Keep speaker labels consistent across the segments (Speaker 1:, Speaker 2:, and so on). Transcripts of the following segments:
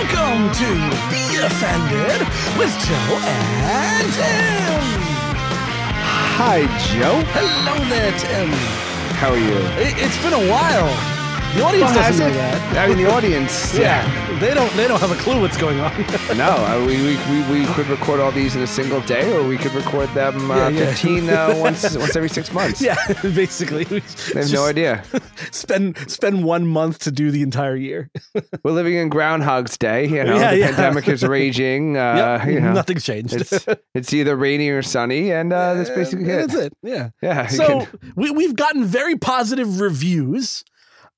Speaker 1: to Be Offended with Joe and Tim.
Speaker 2: Hi, Joe.
Speaker 1: Hello there, Tim.
Speaker 2: How are you?
Speaker 1: It, it's been a while. The audience doesn't know that.
Speaker 2: I mean, the audience.
Speaker 1: they don't. They don't have a clue what's going on.
Speaker 2: No, I, we, we, we, we could record all these in a single day, or we could record them uh,
Speaker 1: Yeah, yeah.
Speaker 2: 15 uh, once, once every six months.
Speaker 1: yeah, basically, they
Speaker 2: I have no idea. Uh,
Speaker 1: Spend spend one month to do the entire year.
Speaker 2: We're living in Groundhog's Day. You know,
Speaker 1: Yeah,
Speaker 2: the
Speaker 1: yeah.
Speaker 2: pandemic is raging. Uh,
Speaker 1: Yep,
Speaker 2: you know,
Speaker 1: nothing's changed.
Speaker 2: It's, it's either rainy or sunny, and uh, that's basically
Speaker 1: Yeah,
Speaker 2: it.
Speaker 1: That's it. Yeah.
Speaker 2: Yeah. you
Speaker 1: So
Speaker 2: can-
Speaker 1: we, we've gotten very positive reviews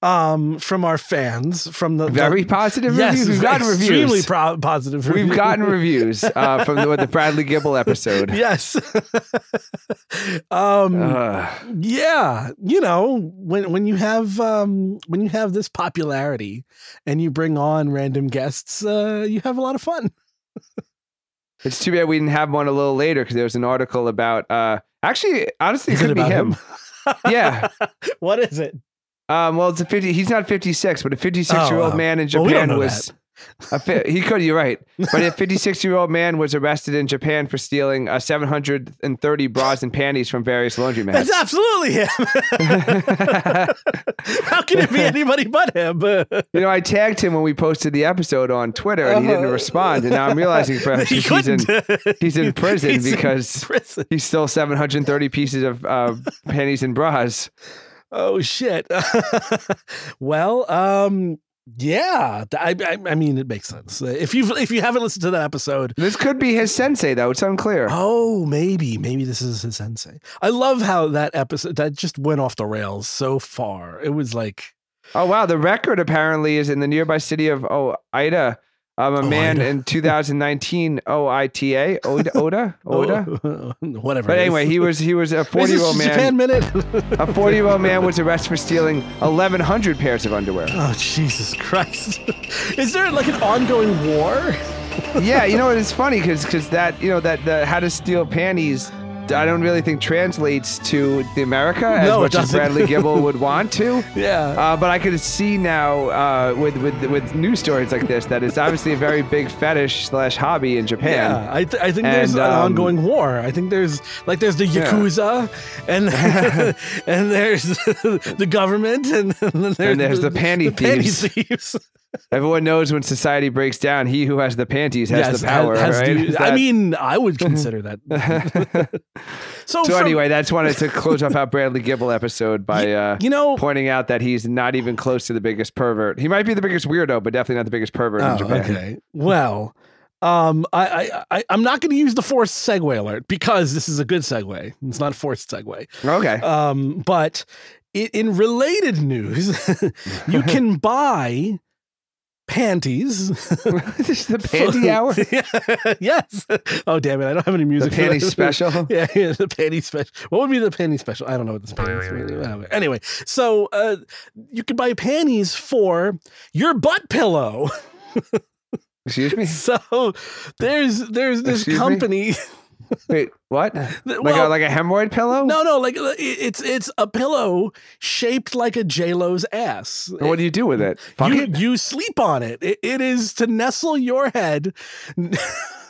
Speaker 1: um, from our fans. From the the-
Speaker 2: very positive
Speaker 1: yes,
Speaker 2: reviews. We've gotten
Speaker 1: extremely
Speaker 2: reviews.
Speaker 1: pro- positive. Reviews.
Speaker 2: We've gotten reviews uh, from the, the Bradley Gibble episode.
Speaker 1: yes. um,
Speaker 2: Ugh.
Speaker 1: yeah, you know when when you have um, when you have this popularity and you bring on random guests, uh, you have a lot of fun.
Speaker 2: It's too bad we didn't have one a little later because there was an article about. Uh, actually, honestly, it
Speaker 1: Is it
Speaker 2: could be
Speaker 1: about
Speaker 2: him. yeah.
Speaker 1: What is it?
Speaker 2: Um, well, it's a fifty. He's not fifty-six, but a
Speaker 1: Oh,
Speaker 2: fifty-six-year-old
Speaker 1: wow.
Speaker 2: man in
Speaker 1: Well, we don't
Speaker 2: Japan
Speaker 1: know
Speaker 2: was. A fi- he could. You're right. But a fifty-six-year-old man was arrested in Japan for stealing uh, seven hundred and thirty bras and panties from various laundromats.
Speaker 1: That's absolutely him. How can it be anybody but him?
Speaker 2: you know, I tagged him when we posted the episode on Twitter, and he didn't
Speaker 1: Uh-huh.
Speaker 2: respond. And now I'm realizing perhaps
Speaker 1: he
Speaker 2: he's in
Speaker 1: couldn't.
Speaker 2: he's in prison
Speaker 1: He's in
Speaker 2: because-
Speaker 1: prison.
Speaker 2: he stole seven hundred and thirty pieces of uh, panties and bras.
Speaker 1: Oh shit. well, um, yeah. th- I, I, I mean, it makes sense if you if you haven't listened to that episode.
Speaker 2: This could be his sensei, though. It's unclear.
Speaker 1: Oh, maybe, maybe this is his sensei. I love how that episode that just went off the rails so far. It was like,
Speaker 2: Oh wow, the record apparently is in the nearby city of oh Ida. Um, a
Speaker 1: Oh,
Speaker 2: man
Speaker 1: Ida.
Speaker 2: in 2019 OITA Oda Oda Oda.
Speaker 1: oh, whatever.
Speaker 2: But
Speaker 1: it is.
Speaker 2: anyway, he was he was a 40
Speaker 1: This
Speaker 2: year
Speaker 1: is
Speaker 2: old
Speaker 1: Japan
Speaker 2: man.
Speaker 1: minute.
Speaker 2: A 40 year old man was arrested for stealing 1,100 pairs of underwear.
Speaker 1: oh Jesus Christ! is there like an ongoing war?
Speaker 2: Yeah, you know what? It's funny because that you know that the how to steal panties. I don't really think translates to the America as
Speaker 1: No, it
Speaker 2: much as
Speaker 1: doesn't.
Speaker 2: Bradley Gibble would want to.
Speaker 1: Yeah.
Speaker 2: Uh, but I could see now uh, with, with with news stories like this that it's obviously a very big fetish slash hobby in Japan.
Speaker 1: Yeah, I, th- I think there's
Speaker 2: And,
Speaker 1: an
Speaker 2: um,
Speaker 1: ongoing war. I think there's like there's the yakuza, and and there's the government, and, then there's,
Speaker 2: And there's the panty
Speaker 1: panty
Speaker 2: thieves.
Speaker 1: thieves.
Speaker 2: Everyone knows when society breaks down, he who has the panties has
Speaker 1: Yes,
Speaker 2: the power.
Speaker 1: has- has
Speaker 2: right?
Speaker 1: the-
Speaker 2: Is
Speaker 1: I
Speaker 2: that-
Speaker 1: mean, I would consider that. so
Speaker 2: So
Speaker 1: from-
Speaker 2: anyway, that's wanted to close off our Bradley Gibble episode by uh,
Speaker 1: you know,
Speaker 2: pointing out that he's not even close to the biggest pervert. He might be the biggest weirdo, but definitely not the biggest pervert in
Speaker 1: Oh,
Speaker 2: Japan.
Speaker 1: okay. Well, um, I, I, I, I'm not going to use the forced segue alert because this is a good segue. It's not a forced segue.
Speaker 2: Okay.
Speaker 1: Um, but i in related news, you can buy panties.
Speaker 2: this is the panty hour.
Speaker 1: yes. Oh, damn it. I don't have any
Speaker 2: The
Speaker 1: music. for
Speaker 2: panty
Speaker 1: this.
Speaker 2: special.
Speaker 1: Yeah, yeah, the panty special. What would be the panty special? I don't know what this panty special. Anyway, so uh, you can buy panties for your butt pillow.
Speaker 2: Excuse me.
Speaker 1: So there's there's this
Speaker 2: Excuse me?
Speaker 1: company.
Speaker 2: Wait, what?
Speaker 1: that-
Speaker 2: Like
Speaker 1: well,
Speaker 2: a like a hemorrhoid pillow?
Speaker 1: no, no, like it- it's it's a pillow shaped like a J Lo's ass.
Speaker 2: And What do you do with it? Fuck
Speaker 1: you,
Speaker 2: it?
Speaker 1: you sleep on it. it. It is to nestle your head.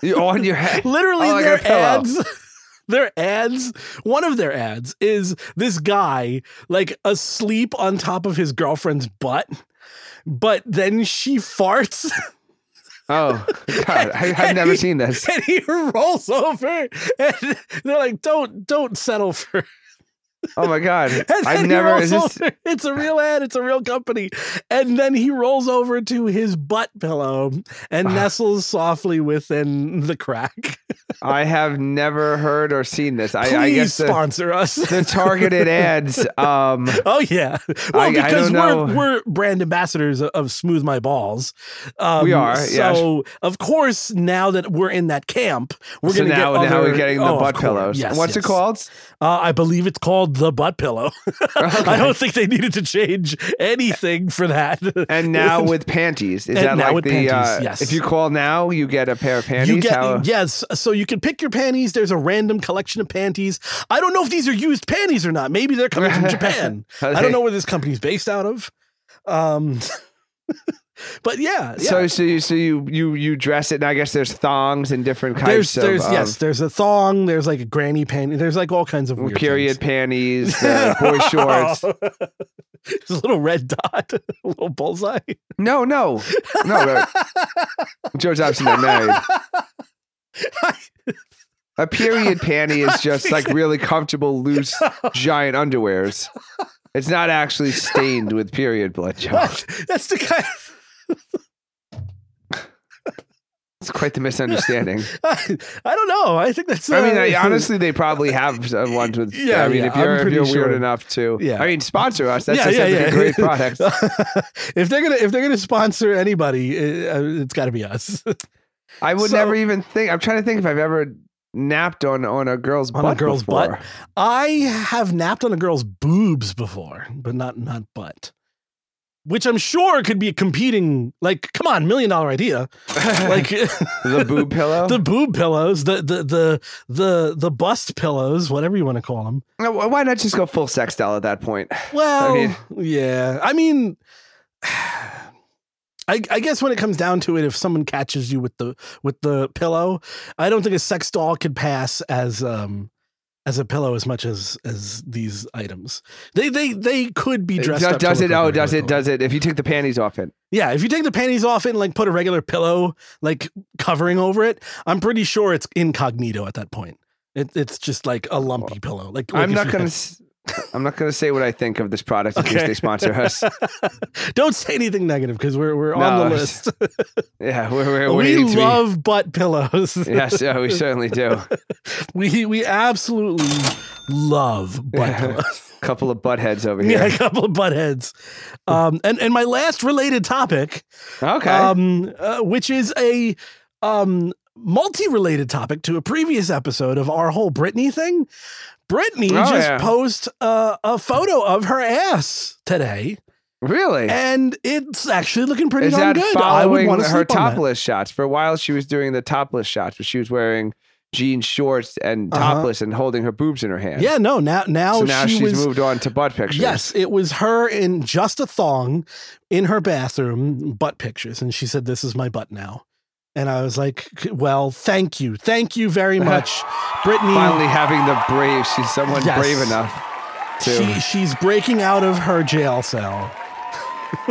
Speaker 2: You- on your head.
Speaker 1: Literally,
Speaker 2: Oh, like a
Speaker 1: their
Speaker 2: pillow.
Speaker 1: ads. Their ads, one of their ads is this guy like asleep on top of his girlfriend's butt, but then she farts
Speaker 2: Oh God, I, I've never seen this.
Speaker 1: and he rolls over and they're like, don't, don't settle for
Speaker 2: Oh my God,
Speaker 1: And then
Speaker 2: I've
Speaker 1: he
Speaker 2: never.
Speaker 1: rolls
Speaker 2: Is this,
Speaker 1: over- It's a real ad. It's a real company. And then he rolls over to his butt pillow and
Speaker 2: Ah.
Speaker 1: nestles softly within the crack.
Speaker 2: I have never heard or seen this. I,
Speaker 1: Please
Speaker 2: I guess the,
Speaker 1: sponsor us.
Speaker 2: the targeted ads. Um,
Speaker 1: Oh yeah, well
Speaker 2: I
Speaker 1: because
Speaker 2: don't
Speaker 1: we're
Speaker 2: know.
Speaker 1: we're brand ambassadors of, of Smooth My Balls. Um,
Speaker 2: We are, yeah.
Speaker 1: So of course, now that we're in that camp, we're
Speaker 2: so
Speaker 1: gonna
Speaker 2: now,
Speaker 1: get
Speaker 2: now
Speaker 1: other-
Speaker 2: we're getting the
Speaker 1: oh, of
Speaker 2: butt
Speaker 1: course.
Speaker 2: pillows.
Speaker 1: Yes,
Speaker 2: What's
Speaker 1: yes.
Speaker 2: it called?
Speaker 1: Uh, I believe it's called the butt pillow. I
Speaker 2: Okay.
Speaker 1: don't think they needed to change anything for that.
Speaker 2: And now with panties. Is
Speaker 1: And
Speaker 2: that
Speaker 1: now
Speaker 2: like
Speaker 1: with
Speaker 2: the?
Speaker 1: panties,
Speaker 2: uh,
Speaker 1: yes.
Speaker 2: If you call now, you get a pair of panties.
Speaker 1: You get
Speaker 2: How-
Speaker 1: yes, so you can pick your panties. There's a random collection of panties. I don't know if these are used panties or not. Maybe they're coming from Japan. I don't know where this company's based out of. Um, But yeah, yeah.
Speaker 2: So so you so you you you dress it, and I guess there's thongs and different kinds
Speaker 1: there's
Speaker 2: of
Speaker 1: there's
Speaker 2: um,
Speaker 1: yes, there's a thong, there's like a granny panty, there's like all kinds of weird things.
Speaker 2: period panties, the boy shorts.
Speaker 1: There's a little red dot, a little bullseye.
Speaker 2: No, no, no. no. Joe Dobson got married. A period panty is just like really comfortable, loose, giant underwears. It's not actually stained with period blood, Joe.
Speaker 1: What? That's the kind.
Speaker 2: It's quite the misunderstanding.
Speaker 1: I, I don't know. I think that's.
Speaker 2: I mean,
Speaker 1: uh,
Speaker 2: I, honestly, they probably have uh, ones with.
Speaker 1: Yeah,
Speaker 2: I mean,
Speaker 1: yeah,
Speaker 2: if
Speaker 1: I'm
Speaker 2: you're, if
Speaker 1: pretty
Speaker 2: you're
Speaker 1: sure.
Speaker 2: weird enough to,
Speaker 1: Yeah.
Speaker 2: I mean, sponsor us. That's,
Speaker 1: Yeah,
Speaker 2: that
Speaker 1: yeah,
Speaker 2: sounds like
Speaker 1: yeah.
Speaker 2: a great product.
Speaker 1: if they're gonna if they're gonna sponsor anybody, it, uh, it's got to be us
Speaker 2: I would
Speaker 1: So-
Speaker 2: never even think. I'm trying to think if I've ever napped on on a girl's
Speaker 1: on
Speaker 2: butt
Speaker 1: a girl's
Speaker 2: before.
Speaker 1: butt. I have napped on a girl's boobs before, but not not butt. Which I'm sure could be a competing, like, come on, million dollar idea. Like
Speaker 2: the boob pillow.
Speaker 1: the boob pillows, the the the the the bust pillows, whatever you want to call them.
Speaker 2: No, wh- Why not just go full sex doll at that point?
Speaker 1: Well,
Speaker 2: I mean-
Speaker 1: yeah. I mean, I, I guess when it comes down to it, if someone catches you with the with the pillow, I don't think a sex doll could pass as um as a pillow as much as as these items. They they they could be dressed.
Speaker 2: does
Speaker 1: up to
Speaker 2: does
Speaker 1: look
Speaker 2: it?
Speaker 1: like a
Speaker 2: Oh, does
Speaker 1: regular
Speaker 2: it? Does it? If you took the panties off it,
Speaker 1: Yeah, if you take the panties off and like put a regular pillow like covering over it, I'm pretty sure it's incognito at that point. It, it's just like a lumpy pillow. Like, like
Speaker 2: I'm
Speaker 1: if
Speaker 2: not
Speaker 1: you
Speaker 2: gonna.
Speaker 1: had-
Speaker 2: s- I'm not gonna say what I think of this product in case
Speaker 1: Okay.
Speaker 2: they sponsor us.
Speaker 1: Don't say anything negative because we're we're on the
Speaker 2: No,
Speaker 1: list.
Speaker 2: Yeah, we're, we're
Speaker 1: we
Speaker 2: waiting to
Speaker 1: love butt pillows.
Speaker 2: be. Yes, yeah, we certainly do.
Speaker 1: We we absolutely love butt
Speaker 2: Yeah.
Speaker 1: pillows.
Speaker 2: Couple of butt heads over
Speaker 1: Yeah,
Speaker 2: here.
Speaker 1: a couple of butt heads. Um, and and my last related topic,
Speaker 2: Okay.
Speaker 1: um, uh, which is a um multi-related topic to a previous episode of our whole Britney thing. Britney
Speaker 2: Oh,
Speaker 1: just
Speaker 2: yeah.
Speaker 1: posted uh, a photo of her ass today,
Speaker 2: really?
Speaker 1: and it's actually looking pretty
Speaker 2: Is
Speaker 1: darn
Speaker 2: that
Speaker 1: good. I would
Speaker 2: following
Speaker 1: want to
Speaker 2: her
Speaker 1: sleep on that.
Speaker 2: topless shots? For a while, she was doing the topless shots, but she was wearing jean shorts and
Speaker 1: Uh-huh.
Speaker 2: topless and holding her boobs in her hand.
Speaker 1: Yeah, no. Now, now,
Speaker 2: So now
Speaker 1: she
Speaker 2: she's
Speaker 1: was
Speaker 2: moved on to butt pictures.
Speaker 1: Yes, it was her in just a thong in her bathroom, butt pictures. And she said, This is my butt now. And I was like, Well, thank you. Thank you very much, Brittany.
Speaker 2: Finally having the brave. She's someone
Speaker 1: Yes.
Speaker 2: brave enough
Speaker 1: she,
Speaker 2: to.
Speaker 1: she's breaking out of her jail cell,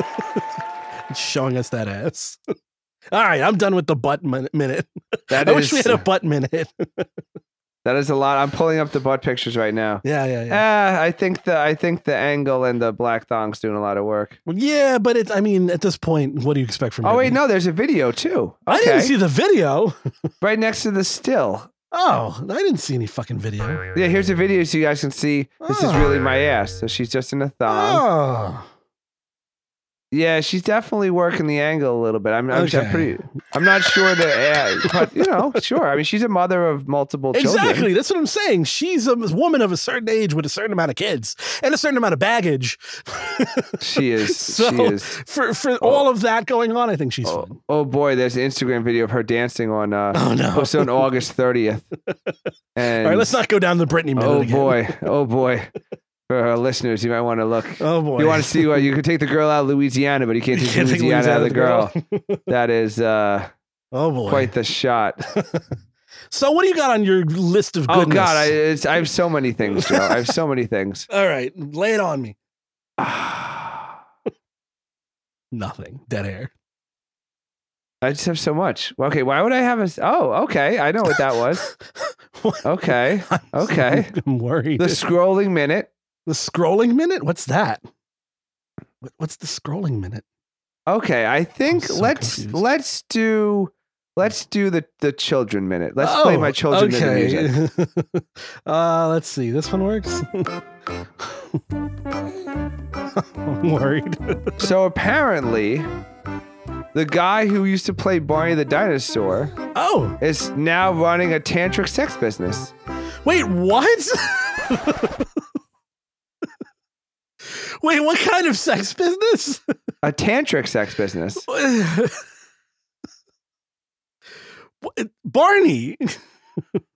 Speaker 1: showing us that ass. All right, I'm done with the butt min- minute.
Speaker 2: That
Speaker 1: I wish we
Speaker 2: is-
Speaker 1: had a butt minute.
Speaker 2: that is a lot. I'm pulling up the butt pictures right now.
Speaker 1: yeah, yeah, yeah.
Speaker 2: Ah, I think the I think the angle and the black thong's doing a lot of work.
Speaker 1: yeah, but it's, I mean, at this point, what do you expect from
Speaker 2: Oh wait,
Speaker 1: Britney?
Speaker 2: no, there's a video too.
Speaker 1: I didn't
Speaker 2: Okay.
Speaker 1: see the video.
Speaker 2: right next to the still.
Speaker 1: Oh, I didn't see any fucking video.
Speaker 2: Yeah, here's a video so you guys can see. This is
Speaker 1: Oh.
Speaker 2: really my ass. So she's just in a thong. Um,
Speaker 1: Oh.
Speaker 2: Yeah, she's definitely working the angle a little bit. I'm, I'm,
Speaker 1: Okay.
Speaker 2: I'm pretty. I'm not sure that, uh, but you know, sure. I mean, she's a mother of multiple children.
Speaker 1: Oh, Exactly. That's what I'm saying. She's a woman of a certain age with a certain amount of kids and a certain amount of baggage.
Speaker 2: She is.
Speaker 1: So-
Speaker 2: she is.
Speaker 1: for for all of that going on, I think she's fun.
Speaker 2: Oh, oh boy, there's an Instagram video of her dancing on. Uh,
Speaker 1: Oh, no.
Speaker 2: Posted on August 30th. And
Speaker 1: All right, let's not go down the Britney minute
Speaker 2: Oh
Speaker 1: again.
Speaker 2: boy. Oh boy. For our listeners, you might want to look.
Speaker 1: Oh boy.
Speaker 2: You want to see what you can take the girl out of Louisiana, but you can't
Speaker 1: You
Speaker 2: take
Speaker 1: can't take
Speaker 2: Louisiana out of the girl.
Speaker 1: Louisiana
Speaker 2: that is uh,
Speaker 1: Oh boy.
Speaker 2: quite the shot.
Speaker 1: So what do you got on your list of
Speaker 2: Oh
Speaker 1: goodness?
Speaker 2: God, I, it's, I have so many things, Joe. I have so many things.
Speaker 1: all right, lay it on me.
Speaker 2: I
Speaker 1: Nothing. Dead air.
Speaker 2: just have so much. Okay, why would I have a? s- Oh, okay, I know what that was.
Speaker 1: What?
Speaker 2: Okay, Oh, Okay.
Speaker 1: I'm worried.
Speaker 2: the
Speaker 1: The,
Speaker 2: scrolling minute.
Speaker 1: scrolling minute? What's that? What, what's the scrolling minute?
Speaker 2: Okay, I think
Speaker 1: so
Speaker 2: let's
Speaker 1: confused.
Speaker 2: let's do let's do the the children minute. Let's play
Speaker 1: Oh,
Speaker 2: my children minute music.
Speaker 1: okay. uh, let's see. This one works. I'm worried.
Speaker 2: So apparently, the guy who used to play Barney the dinosaur
Speaker 1: Oh,
Speaker 2: is now running a tantric sex business.
Speaker 1: wait, what? wait, what kind of sex business?
Speaker 2: A tantric sex business.
Speaker 1: What- Barney.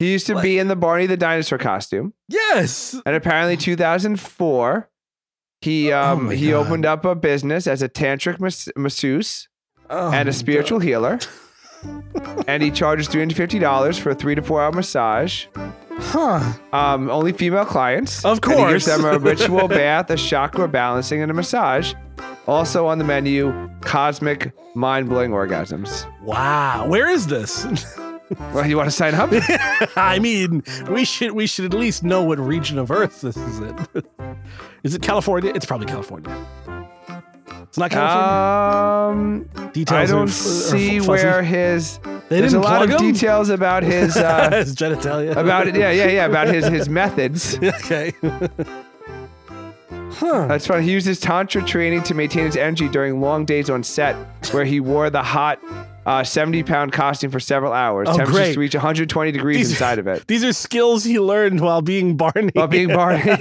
Speaker 2: He used to be in the Barney the dinosaur costume.
Speaker 1: Yes.
Speaker 2: And apparently 2004, He
Speaker 1: Oh
Speaker 2: um,
Speaker 1: my
Speaker 2: he
Speaker 1: God.
Speaker 2: opened up a business as a tantric mas- masseuse
Speaker 1: Oh
Speaker 2: and a
Speaker 1: Um,
Speaker 2: spiritual healer. and he charges three hundred fifty dollars for a three to four hour massage.
Speaker 1: Huh.
Speaker 2: Um, only female clients.
Speaker 1: Of
Speaker 2: And he gives
Speaker 1: course.
Speaker 2: them a ritual bath, a chakra balancing, and a massage. Also on the menu, cosmic mind blowing orgasms.
Speaker 1: Wow. Where is this?
Speaker 2: Well, you want to sign up?
Speaker 1: I mean, we should we should at least know what region of Earth this is in. is it California? It's probably California. It's not California.
Speaker 2: um,
Speaker 1: Details.
Speaker 2: I
Speaker 1: are f-
Speaker 2: don't
Speaker 1: are
Speaker 2: see
Speaker 1: f- fuzzy.
Speaker 2: where his.
Speaker 1: They
Speaker 2: there's a
Speaker 1: didn't
Speaker 2: lot of
Speaker 1: plug him?
Speaker 2: details about his. Uh,
Speaker 1: His genitalia.
Speaker 2: about it. Yeah, yeah, yeah. About his his methods.
Speaker 1: okay. huh.
Speaker 2: That's funny. He used his tantra training to maintain his energy during long days on set, where he wore the hot. Uh, 70 pound costume for several hours.
Speaker 1: Oh,
Speaker 2: Temperatures
Speaker 1: great.
Speaker 2: to reach 120 degrees
Speaker 1: These-
Speaker 2: inside of it.
Speaker 1: These are skills he learned while being Barney.
Speaker 2: While being Barney,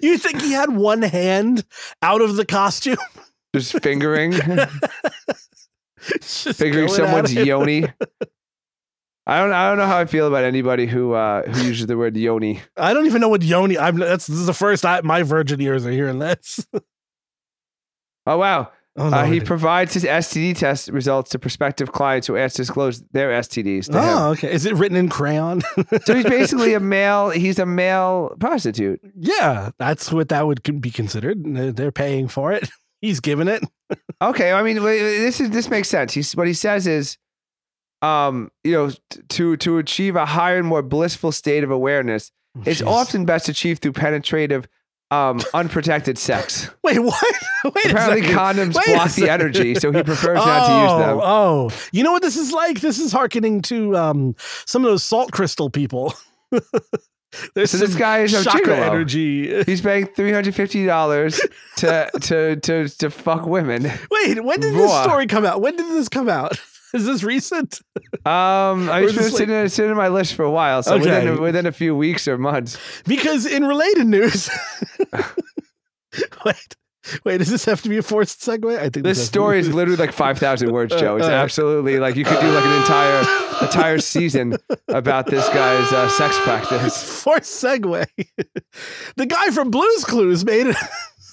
Speaker 1: you think he had one hand out of the costume?
Speaker 2: just fingering,
Speaker 1: Just
Speaker 2: fingering
Speaker 1: going at
Speaker 2: someone's
Speaker 1: it?
Speaker 2: yoni. I don't, I don't know how I feel about anybody who uh, who uses the word yoni.
Speaker 1: I don't even know what yoni. I'm. That's this is the first. I, my virgin ears are hearing this.
Speaker 2: Oh wow,
Speaker 1: Oh,
Speaker 2: Uh, he
Speaker 1: Lordy.
Speaker 2: provides his STD test results to prospective clients who ask to disclose their STDs to him.
Speaker 1: Oh, okay. Is it written in crayon?
Speaker 2: So he's basically a male. He's a male prostitute.
Speaker 1: yeah, that's what that would con- be considered. They're they're paying for it. He's giving it.
Speaker 2: Okay, I mean wait, wait, this is this makes sense. He's what he says is, um, you know, t- to to achieve a higher and more blissful state of awareness, it's
Speaker 1: Jeez.
Speaker 2: often best achieved through penetrative, um, unprotected sex.
Speaker 1: Wait, what? Wait, a
Speaker 2: Apparently,
Speaker 1: second.
Speaker 2: condoms
Speaker 1: Wait a
Speaker 2: block the
Speaker 1: second.
Speaker 2: energy, so he prefers not to use them.
Speaker 1: Oh, you know what this is like? This is hearkening to um, some of those salt crystal people. There's
Speaker 2: So this
Speaker 1: some
Speaker 2: guy is a
Speaker 1: chakra
Speaker 2: gigolo.
Speaker 1: energy.
Speaker 2: He's paying three hundred fifty dollars to to to to fuck women.
Speaker 1: Wait, when did
Speaker 2: Raw.
Speaker 1: this story come out? When did this come out? Is this recent?
Speaker 2: Um, I
Speaker 1: Or
Speaker 2: was
Speaker 1: just
Speaker 2: just sitting, in- sitting in my list for a while, so within,
Speaker 1: Okay.
Speaker 2: within a few weeks or months.
Speaker 1: Because in related news, wait, wait, does this have to be a forced segue? I think
Speaker 2: This
Speaker 1: has to
Speaker 2: story
Speaker 1: be-
Speaker 2: is literally like five thousand words, Joe. It's
Speaker 1: Uh, uh.
Speaker 2: absolutely like you could do like an entire entire season about this guy's uh, sex practice.
Speaker 1: forced segue. the guy from Blue's Clues made it.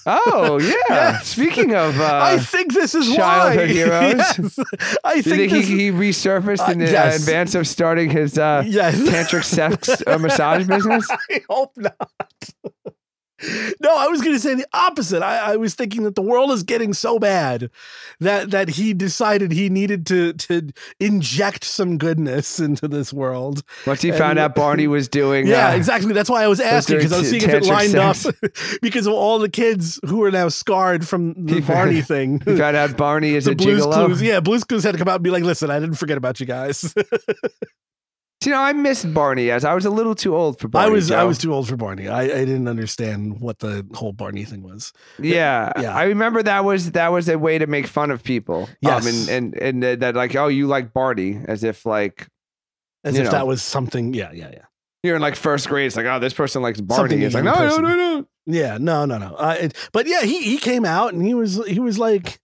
Speaker 2: Oh yeah.
Speaker 1: Yes.
Speaker 2: Speaking of, uh,
Speaker 1: I think this is
Speaker 2: childhood
Speaker 1: why.
Speaker 2: heroes?
Speaker 1: Yes. I
Speaker 2: do you
Speaker 1: think
Speaker 2: think
Speaker 1: this.
Speaker 2: he, he resurfaced in
Speaker 1: Uh,
Speaker 2: the,
Speaker 1: yes.
Speaker 2: uh, advance of starting his uh,
Speaker 1: yes.
Speaker 2: tantric sex uh, massage business?
Speaker 1: I hope not. no, I was going to say the opposite. I, I was thinking that the world is getting so bad that that he decided he needed to to inject some goodness into this world.
Speaker 2: Once he
Speaker 1: And-
Speaker 2: found out Barney was doing,
Speaker 1: Yeah,
Speaker 2: uh,
Speaker 1: exactly. That's why I was asking
Speaker 2: doing
Speaker 1: because I was
Speaker 2: t-
Speaker 1: seeing if it
Speaker 2: tantric
Speaker 1: lined up because of all the kids who are now scarred from
Speaker 2: He
Speaker 1: the
Speaker 2: found-
Speaker 1: Barney thing.
Speaker 2: he found out Barney is
Speaker 1: The
Speaker 2: a
Speaker 1: Blues
Speaker 2: gigolo.
Speaker 1: Clues, yeah, Blues Clues had to come out and be like, "Listen, I didn't forget about you guys.
Speaker 2: You know, I missed Barney as I was a little too old for Barney.
Speaker 1: I was I
Speaker 2: Joe.
Speaker 1: was too old for Barney. I, I didn't understand what the whole Barney thing was.
Speaker 2: Yeah,
Speaker 1: Yeah.
Speaker 2: I remember that was that was a way to make fun of people. Um,
Speaker 1: Yes.
Speaker 2: and and and that- that like oh you like Barney as if like
Speaker 1: As
Speaker 2: You
Speaker 1: if
Speaker 2: know.
Speaker 1: that was something. Yeah, yeah, yeah.
Speaker 2: you're in like first grade. It's like oh this person likes
Speaker 1: Something
Speaker 2: Barney. It's like no,
Speaker 1: young
Speaker 2: no
Speaker 1: person.
Speaker 2: no no
Speaker 1: Yeah, no, no, no. Uh, it, but yeah, he he came out and he was he was like,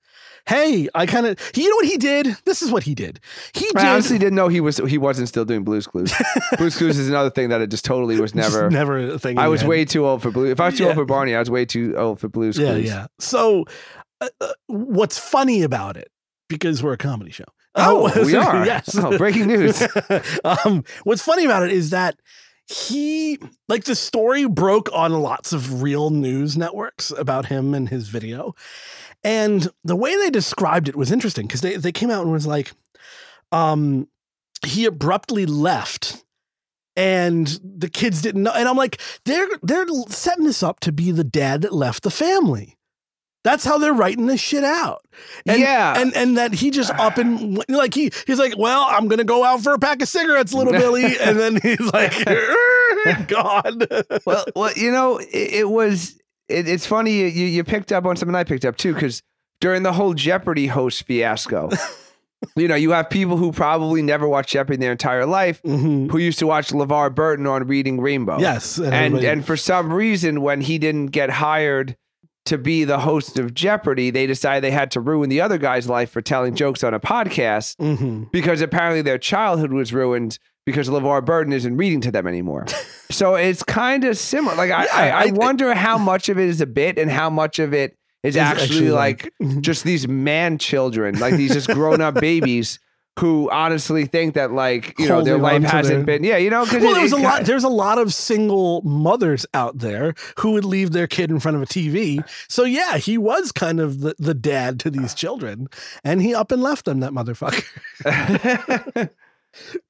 Speaker 1: "Hey, I kind of you know what he did? This is what he did. He did
Speaker 2: I honestly didn't know he was he wasn't still doing Blue's Clues. Blue's Clues is another thing that it just totally was
Speaker 1: just
Speaker 2: never.
Speaker 1: never a thing. in
Speaker 2: I
Speaker 1: your
Speaker 2: was
Speaker 1: head.
Speaker 2: way too old for Blue. If I was too
Speaker 1: Yeah.
Speaker 2: old for Barney, I was way too old for Blue's
Speaker 1: yeah,
Speaker 2: Clues.
Speaker 1: yeah. So, uh, uh, what's funny about it? Because we're a comedy show.
Speaker 2: Oh,
Speaker 1: Uh,
Speaker 2: we are.
Speaker 1: yes.
Speaker 2: Oh, breaking news.
Speaker 1: um, what's funny about it is that he like the story broke on lots of real news networks about him and his video and the way they described it was interesting because they, they came out and was like um he abruptly left and the kids didn't know and i'm like they're they're setting this up to be the dad that left the family that's how they're writing this shit out and
Speaker 2: yeah.
Speaker 1: and and that he just up and went- like he he's like, well, I'm gonna go out for a pack of cigarettes, little Billy, and then he's like, "Er, God,
Speaker 2: well, well, you know, it, it was. It, it's funny you, you you picked up on something I picked up too, because during the whole Jeopardy host fiasco, you know, you have people who probably never watched Jeopardy their entire life
Speaker 1: Mhm.
Speaker 2: who used to watch LeVar Burton on Reading Rainbow.
Speaker 1: yes,
Speaker 2: Mm-hmm. and
Speaker 1: everybody-
Speaker 2: and for some reason, when he didn't get hired to be the host of Jeopardy, they decided they had to ruin the other guy's life for telling jokes on a podcast
Speaker 1: Mhm.
Speaker 2: because apparently their childhood was ruined because LeVar Burton isn't reading to them anymore. so it's kind of similar. Like I,
Speaker 1: Yeah,
Speaker 2: I, I
Speaker 1: I-
Speaker 2: wonder how much of it is a bit and how much of it is
Speaker 1: Is
Speaker 2: actually,
Speaker 1: actually,
Speaker 2: like,
Speaker 1: like-
Speaker 2: just these man children, like these just grown up babies who honestly think that like you know their
Speaker 1: Holding
Speaker 2: life
Speaker 1: on to
Speaker 2: hasn't
Speaker 1: their-
Speaker 2: been yeah you know because
Speaker 1: Well, there was a lot. There's a lot of single mothers out there who would leave their kid in front of a TV. So yeah, he was kind of the, the dad to these children, and he up and left them. That motherfucker.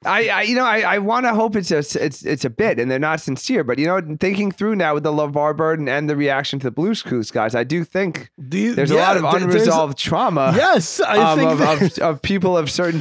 Speaker 2: I, I you know I, I want to hope it's a it's it's a bit and they're not sincere but you know thinking through now with the LeVar Burton and the reaction to the Blue Screws guys I do think
Speaker 1: These-
Speaker 2: there's
Speaker 1: yeah,
Speaker 2: a lot of
Speaker 1: there- there's-
Speaker 2: unresolved trauma
Speaker 1: Yes, I
Speaker 2: um,
Speaker 1: think
Speaker 2: of,
Speaker 1: that-
Speaker 2: of, of people of certain